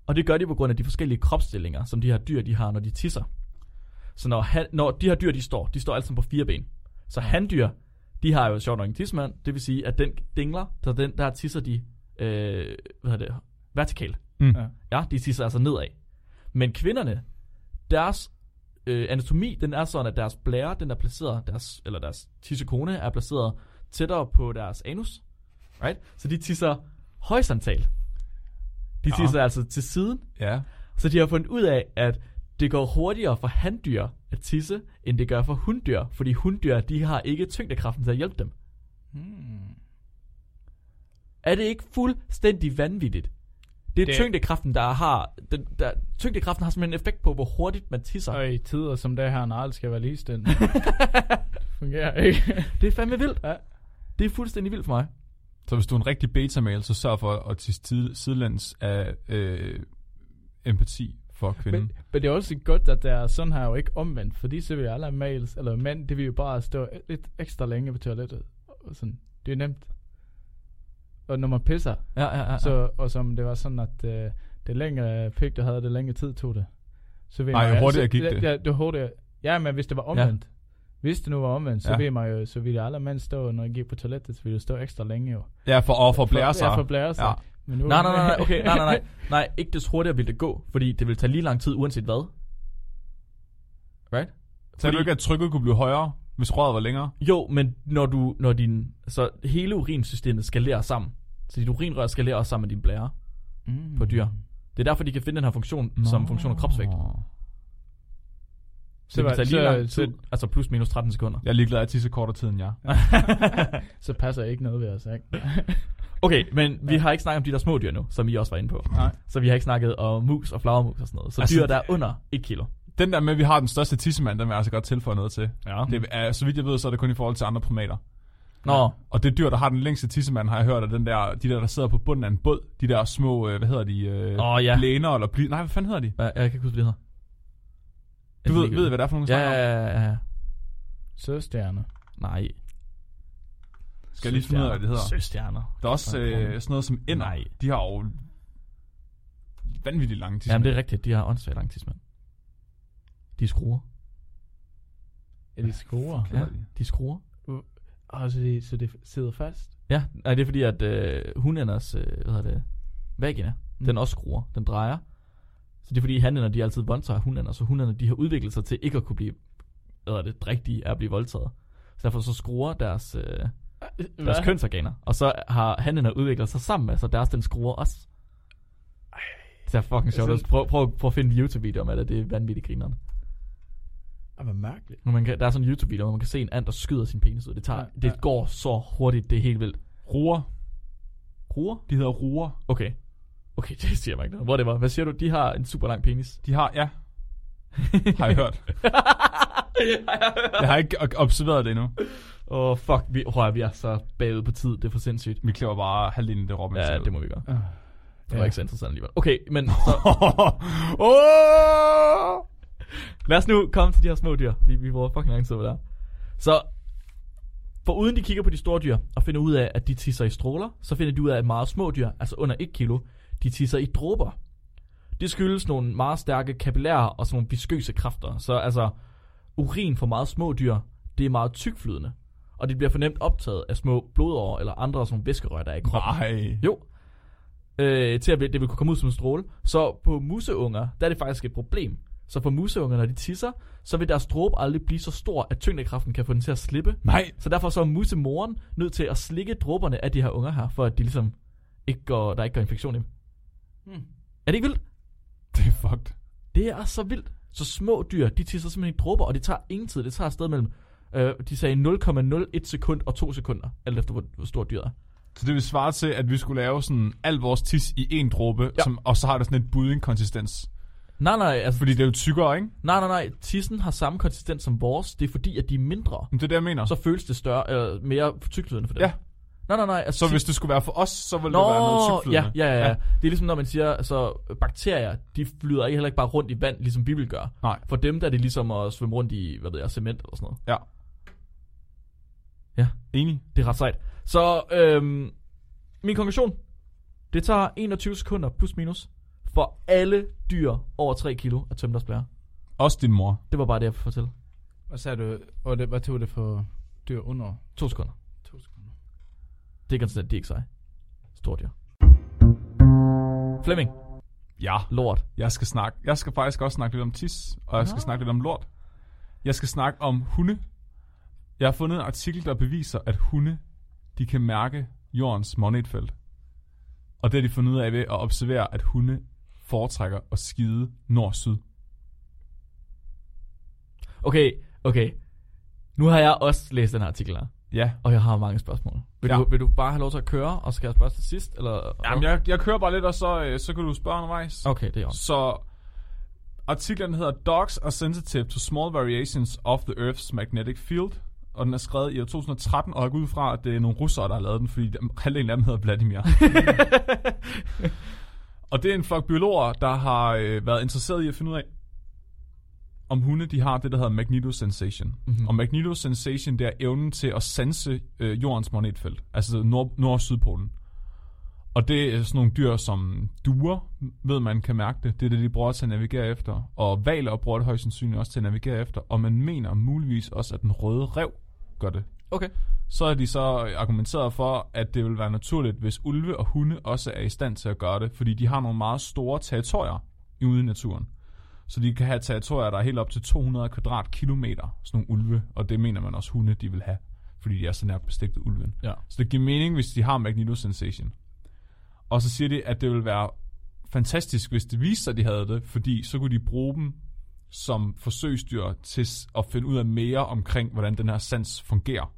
Og det gør de på grund af de forskellige kropsstillinger, som de her dyr de har, når de tisser. Så når, han, når de her dyr de står, de står altid på fire ben. Så handdyr, de har jo sjovt nok en tissemand. Det vil sige, at den dingler, så den, der tisser de øh, hvad hedder det, vertikalt. Mm. Ja. Ja, de tisser altså nedad. Men kvinderne, deres øh, anatomi, den er sådan, at deres blære, den er placeret, deres, eller deres tissekone er placeret tættere på deres anus. Right? Så de tisser horisontalt. De Ja. tisser altså til siden. Ja. Så de har fundet ud af, at det går hurtigere for handdyr at tisse, end det gør for hunddyr. Fordi hunddyr, de har ikke tyngdekraften til at hjælpe dem. Hmm. Er det ikke fuldstændig vanvittigt? Det er Det- det... tyngdekraften, der har... Den, der, tyngdekraften har simpelthen en effekt på, hvor hurtigt man tisser. Og i tider som det her, når alt skal være ligestillet. fungerer ikke. Det er fandme vildt. Ja. Det er fuldstændig vildt for mig. Så hvis du er en rigtig beta-mail, så sørg for at tisse tid- sidelæns af øh, empati for kvinden. Men, men det er også godt, at det er sådan her og ikke omvendt, fordi så vil alle males, eller mænd, det vil jo bare stå lidt ekstra længe på toilettet. Og sådan. Det er nemt. Og når man pisser, Ja, ja, ja. Så, så, og som det var sådan, at øh, det længere pik, du havde, det længere tid tog det. Så vil Nej, man- altså, hurtigere gik det. Ja, det hurtigere. Ja, men hvis det var omvendt, Hvis det nu var omvendt, så, Ja. ja. ville, man jo, så ville alle mænd stå, når jeg gik på toilettet, så ville jeg stå ekstra længe jo. Ja, for at forblære sig. Ja, for blære sig. Ja. Ja. Men nu, Nej, nej, nej, nej, okay, nej, nej, nej, nej, ikke des hurtigere ville det gå, fordi det ville tage lige lang tid uanset hvad. Right? Sagde du ikke, at trykket kunne blive højere, hvis røret var længere? Jo, men når du, når din, så hele urinsystemet skalerer sammen, så dit urinrør skalerer også sammen med din blære Mm. på dyr. Det er derfor, de kan finde den her funktion, Nå. som funktion af kropsvægt. Så det var- vil tage lige så- lang tid, altså plus minus 13 sekunder. Jeg er ligeglad, at jeg tisser kortere tid end jer. Så passer ikke noget ved os, ikke? Okay, men vi har ikke snakket om de der små dyr nu, som I også var inde på. Nej. Så vi har ikke snakket om mus og flagermus og sådan noget. Så Altså, altså, dyr, der er under 1 kilo. Den der med, at vi har den største tissemand, den vil jeg altså godt tilføje noget til. Ja. Det er, så vidt jeg ved, så er det kun i forhold til andre primater. Nå, Og det dyr, der har den længste tissemand, har jeg hørt, er den der, de der, der sidder på bunden af en båd. De der små, øh, hvad hedder de? Øh, Åh, ja. Blæner eller bly... Nej, hvad fanden hedder de? jeg, jeg kan ikke huske, hvad det hedder. Du ved, Jeg ved, hvad det er for nogle Ja, snakker om? ja, ja, ja, ja. Søstjerner. Nej. Skal jeg lige finde ud af, hvad det hedder? Søstjerner. Der er også øh, sådan noget som ender. Nej. De har jo vanvittigt lange Jamen, tissemand. det er rigtigt. De har åndssvagt lang tidsmand. De skruer. Er de skruer? Ja. De skruer. Og så det, så det sidder fast? Ja, nej, det er fordi, at øh, hundænders, øh, hvad hedder det, vagina, mm. den også skruer. Den drejer. Så det er fordi, hanænder, de altid voldtager hundænder, så hundænder, de har udviklet sig til ikke at kunne blive, hvad hedder det, rigtige af at blive voldtaget. Så derfor så skruer deres, øh, deres kønsorganer. Og så har hanænder udviklet sig sammen med, så deres den skruer også. Det er fucking sjovt. Sådan- Prøv, prøv, prøv at finde en YouTube-video om det. Det er vanvittigt grineren. Ah, hvor mærkeligt. Når man kan, der er sådan en YouTube-video, hvor man kan se en and, der skyder sin penis ud. Det, tager, Ja, ja, ja. ja. det går så hurtigt, det er helt vildt. Ruer. Ruer? De hedder ruer. Okay. Okay, det siger mig ikke noget. Whatever. Hvad siger du? De har en super lang penis. De har, ja. Har jeg hørt. Jeg har ikke o- observeret det endnu. Åh, oh, fuck. Vi, oh, vi er så bagud på tid. Det er for sindssygt. Vi klipper bare halvdelen af det Robin Ja, selv. det må vi gøre. Ah. Det var Ja. ikke så interessant alligevel. Okay, men så, Åh! lad os nu komme til de her små dyr. Vi, vi bruger fucking lang tid på det her. Så for uden de kigger på de store dyr og finder ud af, at de tisser i stråler, så finder de ud af, at meget små dyr, altså under 1 kilo, de tisser i dråber. Det skyldes nogle meget stærke kapillærer og sådan nogle viskøse kræfter. Så altså, urin for meget små dyr, det er meget tykflydende. Og det bliver fornemt optaget af små blodårer eller andre sådan nogle væskerør, der er i kroppen. Nej. Jo. Øh, til at det vil kunne komme ud som en stråle. Så på museunger, der er det faktisk et problem. Så på museunger, når de tisser, så vil deres dråbe aldrig blive så stor, at tyngdekraften kan få den til at slippe. Nej. Så derfor så er musemoren nødt til at slikke dråberne af de her unger her, for at de ligesom ikke går, der ikke går infektion i dem. Hmm. Er det ikke vildt? Det er fucked. Det er så vildt. Så små dyr, de tisser simpelthen i dråber, og det tager ingen tid. Det tager et sted mellem, øh, de sagde 0,01 sekund og 2 sekunder, alt efter hvor, hvor stort dyret er. Så det vil svare til, at vi skulle lave sådan al vores tis i en dråbe, ja. Ja. som, og så har det sådan et budding-konsistens. Nej, nej, altså Fordi det er jo tykkere, ikke? Nej, nej, nej. Tissen har samme konsistens som vores. Det er fordi, at de er mindre. Men det er det, jeg mener. Og Så, så føles det større, øh, mere tykflydende for dem. Ja. Nej, nej, nej. Altså, så tis- hvis det skulle være for os, så ville det Nå, være noget ja, tykflydende. ja, ja, ja. Ja. Det er ligesom, når man siger, altså, bakterier, de flyder ikke heller ikke bare rundt i vand, ligesom vi vil gøre. Nej. For dem, der er det ligesom at svømme rundt i, hvad ved jeg, cement eller sådan noget. Ja. Ja. Enig. Det er ret sejt. Så, øhm, min konklusion. Det tager 21 sekunder, plus minus, for alle dyr over 3 kilo at tømme deres blære. Også din mor. Det var bare det, jeg ville fortælle. Hvad sagde du? Og det, hvad tog det for dyr under? To sekunder. To sekunder. Det er konstant, de er ikke seje. Stort dyr. Flemming, Ja. lort. Jeg skal snakke. Jeg skal faktisk også snakke lidt om tis, og jeg skal Nå. snakke lidt om lort. Jeg skal snakke om hunde. Jeg har fundet en artikel, der beviser, at hunde, de kan mærke jordens magnetfelt. Og det har de fundet ud af ved at observere, at hunde foretrækker at skide nord-syd. Okay, okay. Nu har jeg også læst den her artikel her, Ja. og jeg har mange spørgsmål. Vil, Ja. ja. du, vil du bare have lov til at køre, og skal jeg spørge til sidst? Eller? Jamen, jeg, jeg kører bare lidt, og så, øh, så kan du spørge undervejs. Okay, det er også. Så artiklen hedder Dogs are sensitive to small variations of the Earth's magnetic field. Og den er skrevet i år 2013, og jeg går ud fra, at det er nogle russere, der har lavet den, fordi dem- halvdelen af dem hedder Vladimir. og det er en flok biologer, der har øh, været interesseret i at finde ud af, om hunde de har det, der hedder magnetosensation. Mm-hmm. Og magnetosensation, det er evnen til at sanse øh, jordens magnetfelt, altså nord- nord- og sydpolen. Og det er sådan nogle dyr som duer, ved man kan mærke det. Det er det, de bruger til at navigere efter. Og valer bruger det højst sandsynligt også til at navigere efter. Og man mener muligvis også, at den røde rev gør det. Okay. Så har de så argumenteret for, at det vil være naturligt, hvis ulve og hunde også er i stand til at gøre det, fordi de har nogle meget store territorier ude i naturen. Så de kan have territorier, der er helt op til 200 kvadratkilometer, sådan nogle ulve, og det mener man også hunde, de vil have, fordi de er så nært bestigtet ulven. Ja. Så det giver mening, hvis de har magnetosensation. Og så siger de, at det vil være fantastisk, hvis det viste sig, at de havde det, fordi så kunne de bruge dem som forsøgsdyr til s- at finde ud af mere omkring, hvordan den her sans fungerer.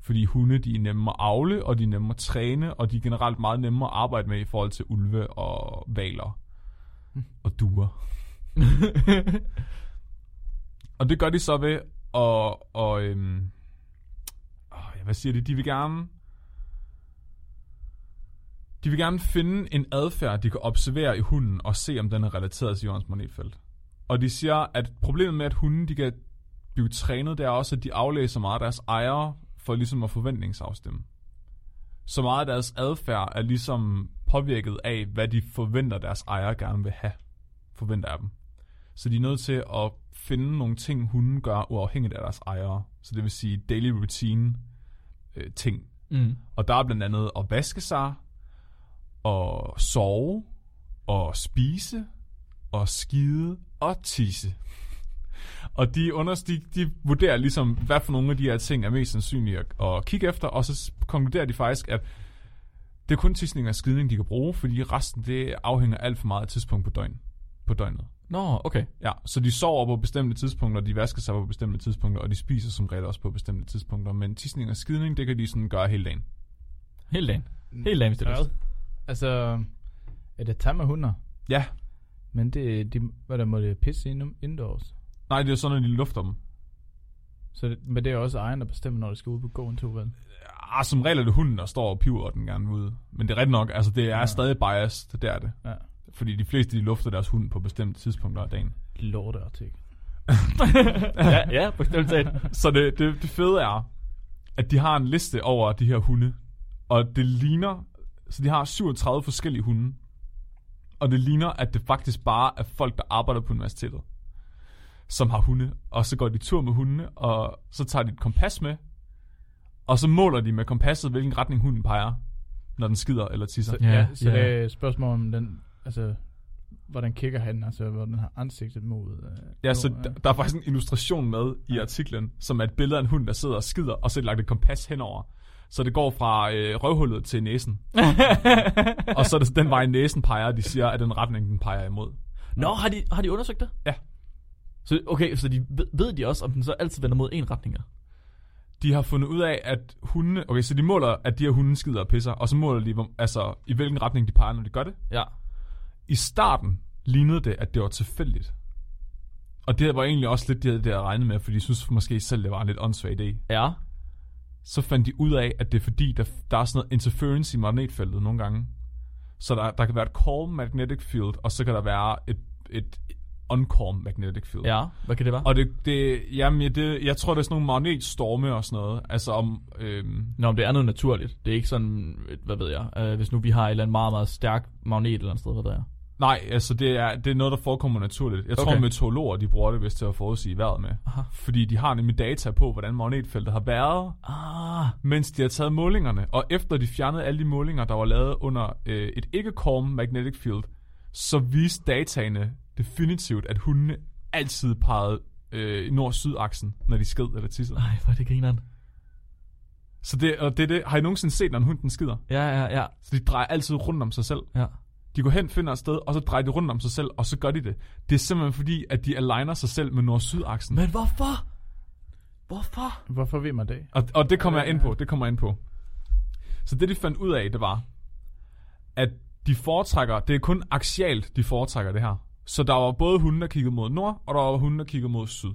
Fordi hunde, de er nemme at avle, og de er nemme at træne, og de er generelt meget nemme at arbejde med i forhold til ulve og valer og duer. og det gør de så ved at... Og, øhm, åh, ja, hvad siger de? De vil gerne... De vil gerne finde en adfærd, de kan observere i hunden og se, om den er relateret til jordens magnetfelt. Og de siger, at problemet med, at hunden de kan blive trænet, det er også, at de aflæser meget af deres ejere for ligesom at forventningsafstemme. Så meget af deres adfærd er ligesom påvirket af, hvad de forventer, deres ejere gerne vil have. Forventer af dem. Så de er nødt til at finde nogle ting, hunden gør, uafhængigt af deres ejere. Så det vil sige daily routine øh, ting. Mm. Og der er blandt andet at vaske sig, og sove, og spise, og skide, og tisse. Og de, unders, de, de vurderer ligesom, hvad for nogle af de her ting er mest sandsynlige at, at kigge efter, og så s- konkluderer de faktisk, at det er kun tisning og skidning, de kan bruge, fordi resten det afhænger alt for meget af tidspunkt på, døgn, på døgnet. Nå, okay. Ja, så de sover på bestemte tidspunkter, de vasker sig på bestemte tidspunkter, og de spiser som regel også på bestemte tidspunkter. Men tisning og skidning, det kan de sådan gøre hele dagen. Helt dagen. Mm. Helt dagen, hvis det er lyst. Altså, er det tamme hunder? Ja, Men det, de, hvordan må det pisse ind, indendørs? nej, det er sådan, at de lufter dem. Så det, men det er også ejeren, der bestemmer, når det skal ud på gården til vel? Ah, som regel er det hunden, der står og piver og den gerne vil ud. Men det er rigtigt nok, altså det er Ja. ja. stadig biased, det er det. Ja. Fordi de fleste, de lufter deres hund på bestemte tidspunkter af dagen. Lorteartik. ja, ja, bestemt talt. Så det, det, det fede er, at de har en liste over de her hunde. Og det ligner... Så de har 37 forskellige hunde. Og det ligner, at det faktisk bare er folk, der arbejder på universitetet, som har hunde. Og så går de tur med hundene, og så tager de et kompas med. Og så måler de med kompasset, hvilken retning hunden peger, når den skider eller tisser. Så, Ja, ja, ja, så ja. det er et spørgsmål om den, altså, hvordan kigger han, altså, hvordan har ansigtet mod... Øh, Ja, så jorden, der, der er faktisk en illustration med i artiklen, som er et billede af en hund, der sidder og skider, og så er der lagt et kompas henover. Så det går fra øh, røvhullet til næsen. og så er det den vej, næsen peger, og de siger, at den retning, den peger imod. Nå, har de, har de undersøgt det? Ja. Så, okay, så de, ved, ved de også, om den så altid vender mod en retning? ja? De har fundet ud af, at hundene... Okay, så de måler, at de her hunde skider og pisser, og så måler de, hvor- altså, i hvilken retning de peger, når de gør det. Ja. I starten lignede det, at det var tilfældigt. Og det var egentlig også lidt det, jeg- det jeg regnede med, fordi de synes måske selv, det var en lidt åndssvag idé. Ja. så fandt de ud af, at det er fordi, der, der er sådan noget interference i magnetfeltet nogle gange. Så der, der kan være et calm magnetic field, og så kan der være et, et uncalm magnetic field. Ja. Hvad kan det være? Og det, det, jamen, ja, det, jeg tror, det er sådan nogle magnetstorme og sådan noget. Altså om, øhm, Nå, men det er noget naturligt. Det er ikke sådan, øh, hvad ved jeg, øh, hvis nu vi har et eller andet meget, meget stærk magnet et eller andet sted, hvad ved jeg. nej, altså det er, det er noget, der forekommer naturligt. Jeg okay. Okay. tror, meteorologer, de bruger det, hvis til at forudsige vejret med. Aha. Fordi de har nemlig data på, hvordan magnetfeltet har været, Ah, mens de har taget målingerne, og efter de fjernede alle de målinger, der var lavet under øh, et ikke-corm magnetic field, så viste dataene definitivt, at hundene altid pegede øh, nord-syd-aksen, når de sked eller tissede. nej, hvor er det grineren. Så det, og det, er det har I nogensinde set, når en hund den skider? Ja, ja, ja. Så de drejer altid rundt om sig selv. ja. De går hen, finder et sted, og så drejer de rundt om sig selv, og så gør de det. Det er simpelthen fordi, at de aligner sig selv med nord-syd-aksen. Men hvorfor? Hvorfor? øh, Hvorfor ved man det? Og, og det kommer jeg ind på, det kommer jeg ind på. Så det, de fandt ud af, det var, at de foretrækker, det er kun axialt, de foretrækker det her. Så der var både hunde, der kiggede mod nord, og der var hunde, der kiggede mod syd.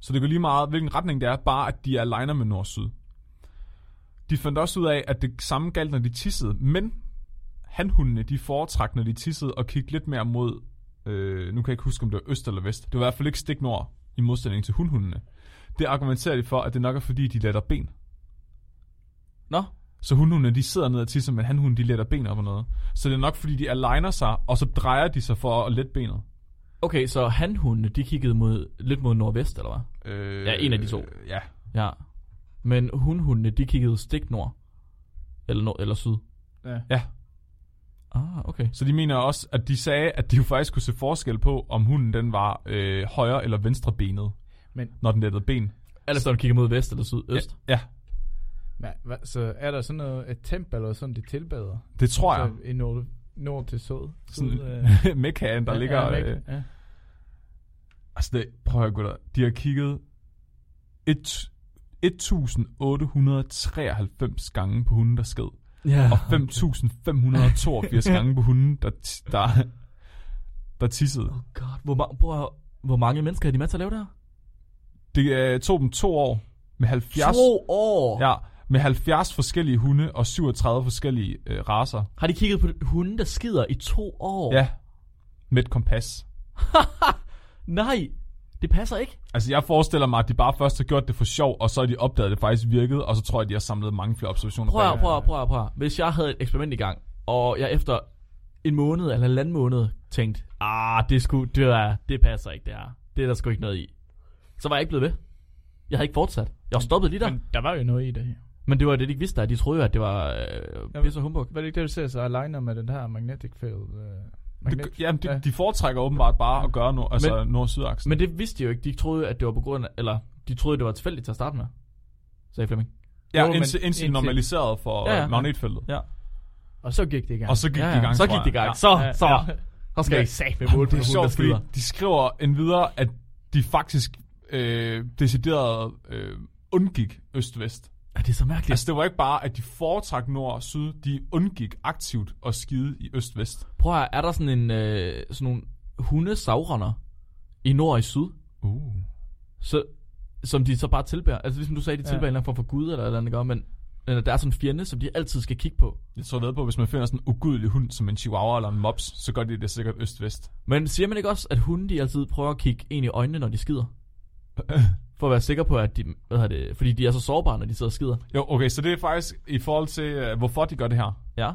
Så det går lige meget, hvilken retning det er, bare at de aligner med nord-syd. De fandt også ud af, at det samme galt, når de tissede, men hanhundene, de foretrak, når de tissede, og kiggede lidt mere mod, øh, nu kan jeg ikke huske, om det var øst eller vest. Det var i hvert fald ikke stik nord, i modsætning til hunhundene. Det argumenterer de for, at det nok er fordi, de letter ben. Nå, Så hunhundene, de sidder ned og tisser, men hanhunden, de letter ben op og noget. Så det er nok, fordi de aligner sig, og så drejer de sig for at lette benet. Okay, så hanhundene, de kiggede mod, lidt mod nordvest, eller hvad? Øh, Ja, en af de to. Ja. Ja. Men hunhundene, de kiggede stik nord. Eller, nord, eller syd. Ja. Ja, Ah, okay. så de mener også, at de sagde, at de jo faktisk kunne se forskel på, om hunden den var øh, højre eller venstre benet, Men- når den lettede ben. Altså, den kigger mod vest eller syd, øst. Ja, ja, Men, hva, så er der sådan noget, et tempel eller sådan, de tilbeder? det tror jeg. Så i nord, nord til syd? Sådan Syd, øh, en mekkaen, der ja, ligger... Ja, øh, væk, ja. Altså, det, prøv at gå der. De har kigget et- 1893 gange på hunden, der sked. Ja. Og 5582 gange på hunden, der, ti- der, der tissede. Oh god, hvor, ma- prøv at høre, hvor mange mennesker har de med til at lave det her? Det øh, tog dem to år med 70, To år! Ja. ja, med 70 forskellige hunde og 37 forskellige øh, raser. Har de kigget på hunde, der skider i to år? Ja, med et kompas. Nej, det passer ikke. Altså, jeg forestiller mig, at de bare først har gjort det for sjov, og så har de opdaget, at det faktisk virkede, og så tror jeg, at de har samlet mange flere observationer. Prøv at, bagefter. prøv at, prøv at, prøv at. Hvis jeg havde et eksperiment i gang, og jeg efter en måned eller halvanden måned tænkte, ah, det, sku, det, er, det passer ikke, det her. Det er der sgu ikke noget i. Så var jeg ikke blevet ved. Jeg havde ikke fortsat. Jeg var stoppet lige der. Men, Men der var jo noget i det her. men det var det, de ikke vidste der. De troede jo, at det var øh, pisse og humbug. Var det ikke det, du ser så aligner med den her magnetic field? Øh, magnet, Det, jamen, de, ja. ja. de foretrækker åbenbart bare at gøre no, altså men, nord-sydaksen. Men det vidste de jo ikke. De troede, at det var på grund af, eller de troede, det var tilfældigt til at starte med. Sagde Flemming. ja, jo, men indtil, indtil indtil- de normaliserede for Ja, ja, ja. ja. magnetfeltet. Ja. og så gik det i gang. Og så gik ja, ja. de i gang. Så tror gik de i jeg. gang. Så, Ja, så. ja. Så skal Ja. jeg sagt med Jamen, mål Det er sjovt, fordi de skriver endvidere, at de faktisk øh, decideret øh, undgik øst-vest. Ja, det er så mærkeligt. Altså, det var ikke bare, at de foretrak nord og syd, de undgik aktivt at skide i øst-vest. Prøv at høre, er der sådan en øh, sådan nogle hundesavrunder i nord og i syd, Uh. så, som de så bare tilbærer? Altså ligesom du sagde, de Ja. tilbærer en eller anden form for gud eller et eller andet, ikke? men eller der er sådan en fjende, som de altid skal kigge på. Jeg tror ved på, at hvis man finder sådan en ugudelig hund, som en chihuahua eller en mops, så gør de det sikkert øst-vest. Men siger man ikke også, at hunde de altid prøver at kigge en i øjnene, når de skider? For at være sikker på, at de, hvad hedder det, fordi de er så sårbare, når de sidder og skider. Jo, okay, så det er faktisk i forhold til, øh, hvorfor de gør det her. Ja.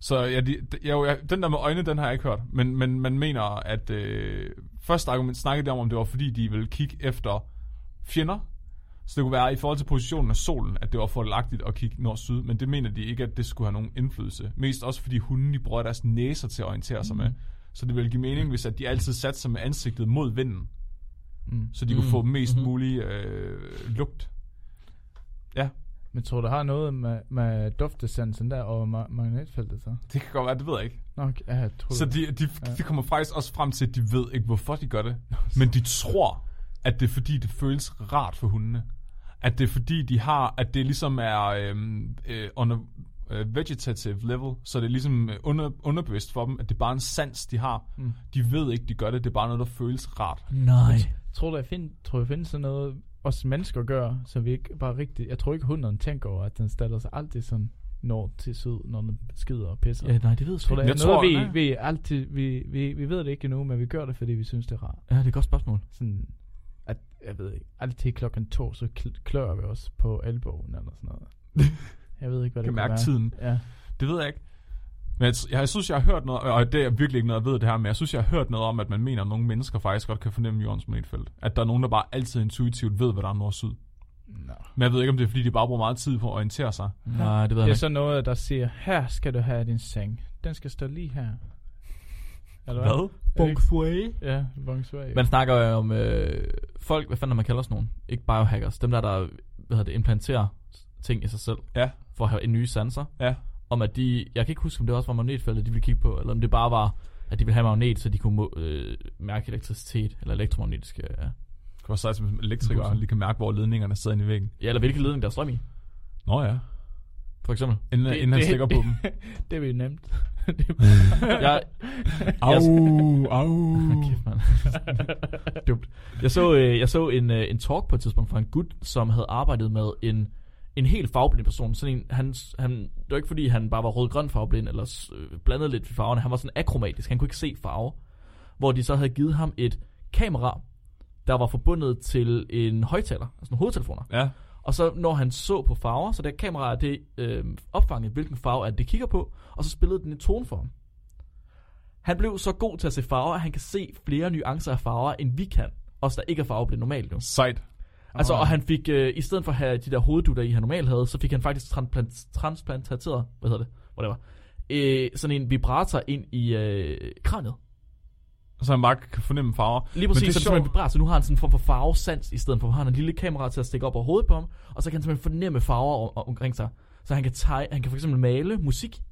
Så ja, de, de- ja, jo, ja, den der med øjnene, den har jeg ikke hørt. Men, men man mener, at øh, først argument snakkede de om, om det var fordi, de ville kigge efter fjender. Så det kunne være i forhold til positionen af solen, at det var fordelagtigt at kigge nord-syd. Men det mener de ikke, at det skulle have nogen indflydelse. Mest også fordi hunden, de bruger deres næser til at orientere sig Mm. med. Så det ville give mening, hvis at de altid satte sig med ansigtet mod vinden. Mm. Så de kunne få mest mm-hmm. mulig øh, lugt. Ja, Men tror du, det har noget med, med duftesansen der og ma- magnetfeltet så? det kan godt være, det ved jeg ikke. Nå, okay, ja, jeg tror Så det. de, de, Ja. de kommer faktisk også frem til, at de ved ikke, hvorfor de gør det. Men de tror, at det er fordi, det føles rart for hundene. At det er fordi, de har, at det ligesom er øhm, øh, on a øh, vegetative level, så det er ligesom øh, under, underbevidst for dem, at det er bare en sans, de har. Mm. De ved ikke, de gør det, det er bare noget, der føles rart. Nej. Tror du, jeg find, tror, jeg findes sådan noget, os mennesker gør, så vi ikke bare rigtigt... Jeg tror ikke, hunden tænker over, at den staller sig altid sådan nord til syd, når den skider og pisser. Ja, nej, det ved jeg Tror sgu du, ikke. det er Jeg jeg noget, tror- tror, vi, vi, altid, vi, vi, vi ved det ikke endnu, men vi gør det, fordi vi synes, det er rart. Ja, det er et godt spørgsmål. Sådan, at, jeg ved ikke, altid klokken to, så kl- klør vi os på elbogen eller sådan noget. Jeg ved ikke, hvad det Kan kunne mærke være. tiden. Ja. Det ved jeg ikke. Men jeg, t- jeg synes, jeg har hørt noget, og det er virkelig ikke noget, jeg ved det her, men jeg synes, jeg har hørt noget om, at man mener, at nogle mennesker faktisk godt kan fornemme jordens magnetfelt. At der er nogen, der bare altid intuitivt ved, hvad der er nord-syd. Nå. Men jeg ved ikke, om det er, fordi de bare bruger meget tid på at orientere sig. Nej, det ved jeg Det er ikke. så noget, der siger, her skal du have din seng. Den skal stå lige her. Eller hvad? Feng Fui. Ja, bongs Man snakker jo om øh, folk, hvad fanden er man kalder sådan nogen? Ikke biohackers, dem der, der hvad hedder det, implanterer ting i sig selv, Ja. for at have en nye sanser. Ja. Om at de, jeg kan ikke huske, om det også var magnetfeltet, de ville kigge på, eller om det bare var, at de ville have magnet, så de kunne må, øh, mærke elektricitet, eller elektromagnetiske, ja. Det kunne være sejt, som elektriker Bussen. lige kan mærke, hvor ledningerne sidder inde i væggen. ja eller hvilke ledning der er strøm i, Nå ja. for eksempel. Inden, det, inden han stikker på dem. det er jo nemt. det er Jeg, Au, au. Kæft, mand. Dumt. Jeg så, øh, jeg så en, øh, en talk på et tidspunkt fra en gut, som havde arbejdet med en, en helt farveblind person. Sådan en, han, han, det var ikke fordi, han bare var rød-grøn farveblind, eller s- øh, blandede lidt i farverne. Han var sådan akromatisk, han kunne ikke se farve. Hvor de så havde givet ham et kamera, der var forbundet til en højtaler, altså en hovedtelefoner. Ja, Og så når han så på farver, så det kamera det øh, opfangede, hvilken farve er det, det kigger på, og så spillede den i tone for ham. Han blev så god til at se farver, at han kan se flere nuancer af farver, end vi kan. Os, der ikke er farveblind normalt nu. Sejt. Altså, og han fik, øh, i stedet for at have de der hoveddutter, I han normalt havde, så fik han faktisk transplant, transplantateret, hvad hedder det, whatever, øh, sådan en vibrator ind i øh, kraniet. Så han bare kan fornemme farver. Lige det er præcis, så det er sjovt. simpelthen vibrerer, så nu har han sådan en form for farvesans, i stedet for, at han har en lille kamera til at stikke op over hovedet på ham, og så kan han simpelthen fornemme farver om, om, omkring sig. Så han kan, tege, han kan for eksempel male musik.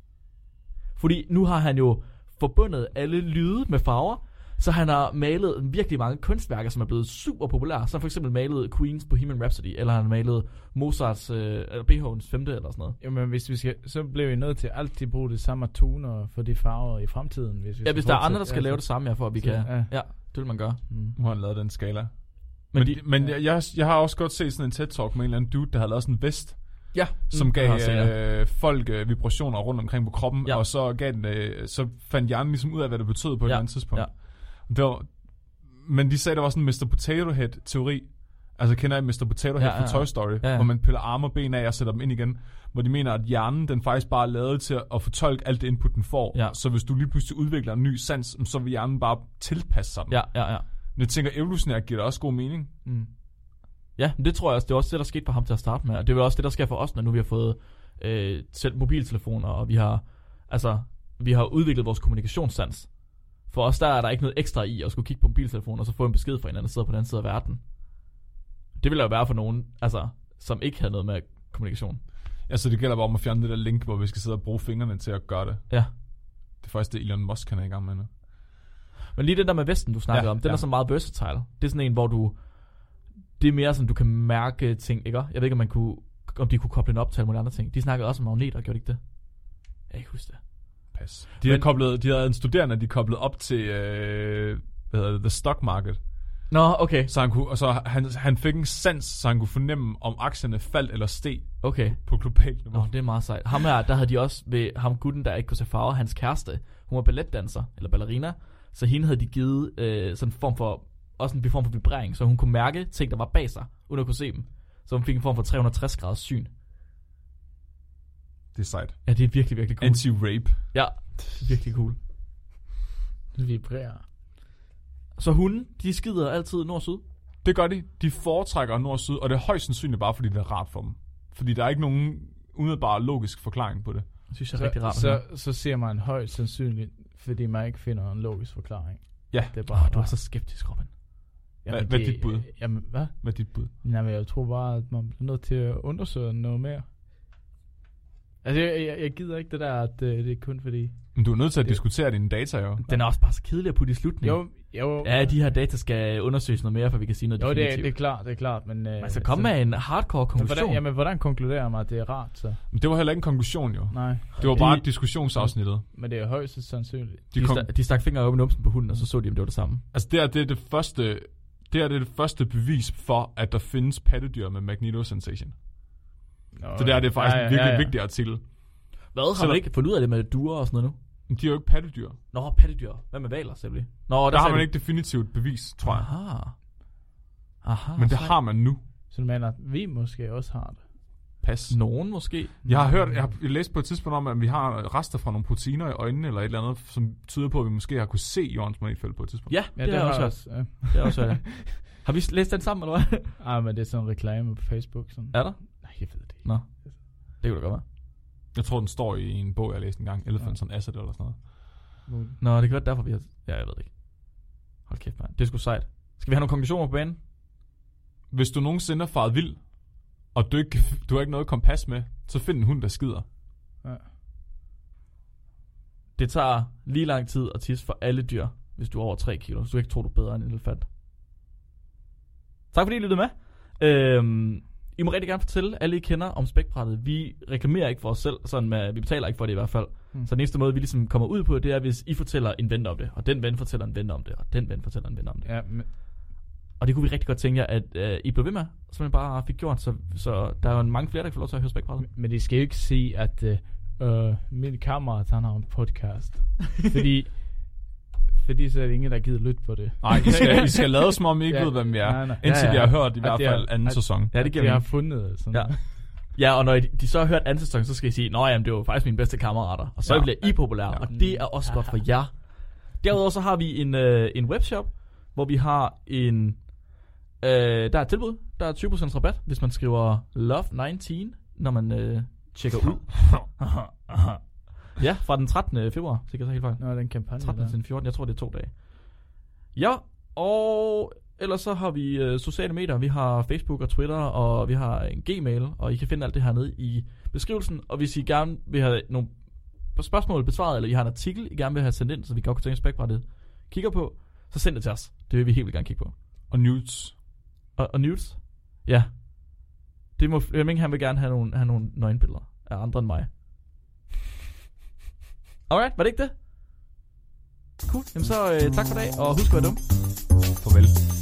Fordi nu har han jo forbundet alle lyde med farver, så han har malet virkelig mange kunstværker, som er blevet super populære. Så han for eksempel malet Queens Bohemian Rhapsody, eller han malet Mozarts, øh, eller Beethovens 5. eller sådan noget. Jamen, hvis vi skal, så bliver vi nødt til at altid bruge det samme toner for de farver i fremtiden. Hvis vi Ja, hvis der er andre, der skal lave det samme, ja, for at vi Så, kan... ja. Ja, det vil man gøre. Mm. Nu har han lavet den skala. Men, Men men, de- men ja. ja. jeg, jeg har også godt set sådan en TED-talk med en eller anden dude, der havde lavet sådan en vest, Ja, som gav den har Mm, jeg set, ja. øh, folk øh, vibrationer rundt omkring på kroppen, Ja. ja. og så, gav den, øh, så fandt hjernen ligesom ud af, hvad det betød på ja. et Ja, eller andet tidspunkt. ja. Det var, men de sagde, der var sådan en Mr. Potato Head-teori. Altså kender I Mr. Potato Head Ja, ja, ja, ja. ja. fra Toy Story, Ja, ja, ja. ja. hvor man piller arme og ben af og sætter dem ind igen, hvor de mener, at hjernen den faktisk bare er lavet til at fortolke alt det input, den får. Ja. Så hvis du lige pludselig udvikler en ny sans, så vil hjernen bare tilpasse sig den. Ja, ja, ja. Men jeg tænker, evolutionært giver det også god mening. Mm. Ja, men det tror jeg også. Det er også det, der skete for ham til at starte med. Og det er vel også det, der sker for os, når nu vi har fået øh, selv mobiltelefoner, og vi har, altså, vi har udviklet vores kommunikationssans. For os der er der ikke noget ekstra i at skulle kigge på mobiltelefonen, og så få en besked fra en anden side på den anden side af verden. Det ville der jo være for nogen, altså, som ikke havde noget med kommunikation. Altså det gælder bare om at fjerne det der link, hvor vi skal sidde og bruge fingrene til at gøre det. Ja. Det er faktisk det, Elon Musk han er i gang med nu. Men lige den der med Vesten, du snakkede ja, Ja, om, den ja. ja. er så meget versatile. Det er sådan en, hvor du... Det er mere sådan, du kan mærke ting, ikke? Jeg ved ikke, om, man kunne, om de kunne koble den op til alle mulige andre ting. De snakkede også om magneter, gjorde de ikke det? Jeg kan ikke huske det. Pas. De havde, Men- koblet, de havde en studerende, de koblede op til, øh, hvad hedder det, the stock market. Nå, okay. Så han, kunne, og så han, han fik en sans, så han kunne fornemme, om aktierne faldt eller steg Okay. på globalt niveau. Nå, det er meget sejt. Ham her, der havde de også ved ham gutten, der ikke kunne se farver, hans kæreste. Hun var balletdanser, eller ballerina. Så hende havde de givet øh, sådan en form for, også en form for vibrering, så hun kunne mærke ting, der var bag sig, uden at kunne se dem. Så hun fik en form for 360 graders syn. Det er sejt. Ja, det er virkelig, virkelig cool. Anti-rape. Ja, det er virkelig cool. Vibrerer. Så hunde, de skider altid nord-syd. Det gør de. De foretrækker nord og syd, og det er højst sandsynligt bare, fordi det er rart for dem. Fordi der er ikke nogen umiddelbar logisk forklaring på det. Det synes jeg er Så, rigtig rart. så, så ser man højt sandsynligt, fordi man ikke finder en logisk forklaring. Ja. det er bare, oh, du er så skeptisk, Robin. Hvad- hvad er dit bud? Jamen, hvad? Hvad er dit bud? Nej, men jeg tror bare, at man bliver nødt til at undersøge noget mere. Altså, jeg, jeg, jeg gider ikke det der, at øh, det er kun fordi... Men du er nødt til at Det- diskutere dine data jo. Den er også bare så kedelig at putte i slutningen. Jo, jo, Ja, de her data skal undersøges noget mere, for vi kan sige noget jo det, er, definitivt. det er klart, det er klart, men... Øh, Man skal komme med en hardcore Men konklusion. hvordan, jamen, hvordan konkluderer man, at det er rart, så? Men det var heller ikke en konklusion jo. Nej, Det var bare De- de, diskussionsafsnittet. men det er højst sandsynligt. De de, kon- sta- de stak fingre op i numsen på hunden, og så så de, om det var det samme. Altså det her, det er det første, det her det er det første bevis for, at der findes pattedyr med magnetosensation. Nå, Så det her det er faktisk ja, ja, en virkelig ja, ja. vigtig artikel. Hvad? Har Så- man ikke fundet ud af det med duer og sådan noget nu? Men de er jo ikke pattedyr. Der, Nå, pattedyr. Hvad med valer, selvfølgelig? Nå, der, der har sagde man du- ikke definitivt bevis, tror jeg. Aha. Aha. Men det så- har man nu. Så man mener, at vi måske også har det. Pas. Nogen måske. Jeg har hørt, jeg har læst på et tidspunkt om, at vi har rester fra nogle proteiner i øjnene eller et eller andet, som tyder på, at vi måske har kunne se jordens magnetfelt på et tidspunkt. Ja, ja det, det har jeg også hørt. Ja. Det har jeg også hørt. ja. Har vi læst den sammen, eller hvad? Ej, men det er sådan en reklame på Facebook. Sådan. Er der? Nej, jeg ved det ikke. Nå. Det kunne da godt være. Jeg tror, den står i en bog, jeg læste en gang. Elephants and Acid eller sådan noget. Muligt. Nå, det kan være derfor, vi har... Ja, jeg ved det ikke. Hold kæft, mand. Det er sgu sejt. Skal vi have nogle konklusioner på banen? Hvis du nogensinde er faret vild, og du ikke, du har ikke noget kompas med, så find en hund, der skider. Ja. Det tager lige lang tid at tisse for alle dyr, hvis du er over 3 kilo. Så du ikke tror, du er bedre end en elefant. Tak fordi I lyttede med. Øhm, I må rigtig gerne fortælle alle, I kender om spækbrættet. Vi reklamerer ikke for os selv, sådan med, vi betaler ikke for det i hvert fald. Mm. Så den eneste måde, vi ligesom kommer ud på, det er, hvis I fortæller en ven om det, og den ven fortæller en ven om det, og den ven fortæller en ven om det. Ja, men, Og det kunne vi rigtig godt tænke jer, at øh, I blev ved med, så man bare fik gjort, så, så der er jo mange flere, der kan få lov til at høre spækbrættet. men de skal jo ikke sige, at øh, øh, min kammerat, han har en podcast. Fordi fordi så er det ingen, der gider lytte på det. Nej, I skal, I skal lade som om I ikke Ja. ved, hvem vi Nej, er. nej. Indtil Ja, vi ja. har hørt i Og hvert det er- fald anden at- sæson. Ja, det giver vi har mening. fundet øh, sådan Ja. Ja, og når I, de så har hørt anden sæson, så skal I sige, Nå jamen, det var faktisk mine bedste kammerater. Og så Ja. ja. bliver I populære, ja. og det er også godt for jer. Derudover så har vi en, øh, en webshop, hvor vi har en... Øh, der er et tilbud. Der er 20% rabat, hvis man skriver LOVE19, når man øh, tjekker ud. ja, fra den 13. februar, så kan jeg så helt fejl. Nå, den kampagne 13. der. til 14. Jeg tror, det er to dage. Ja, og ellers så har vi øh, sociale medier. Vi har Facebook og Twitter, og vi har en Gmail, og I kan finde alt det her nede i beskrivelsen. Og hvis I gerne vil have nogle spørgsmål besvaret, eller I har en artikel, I gerne vil have sendt ind, så vi godt kunne tænke os, at spækbrættet kigger på, så send det til os. Det vil vi helt vildt gerne kigge på. Og Newts. Og, og nudes? Ja. Det må Flemming, han vil gerne have nogle, have nogle nøgenbilleder af andre end mig. Alright, var det ikke det? Cool. Jamen så øh, tak for i dag, og husk at være dum. Farvel.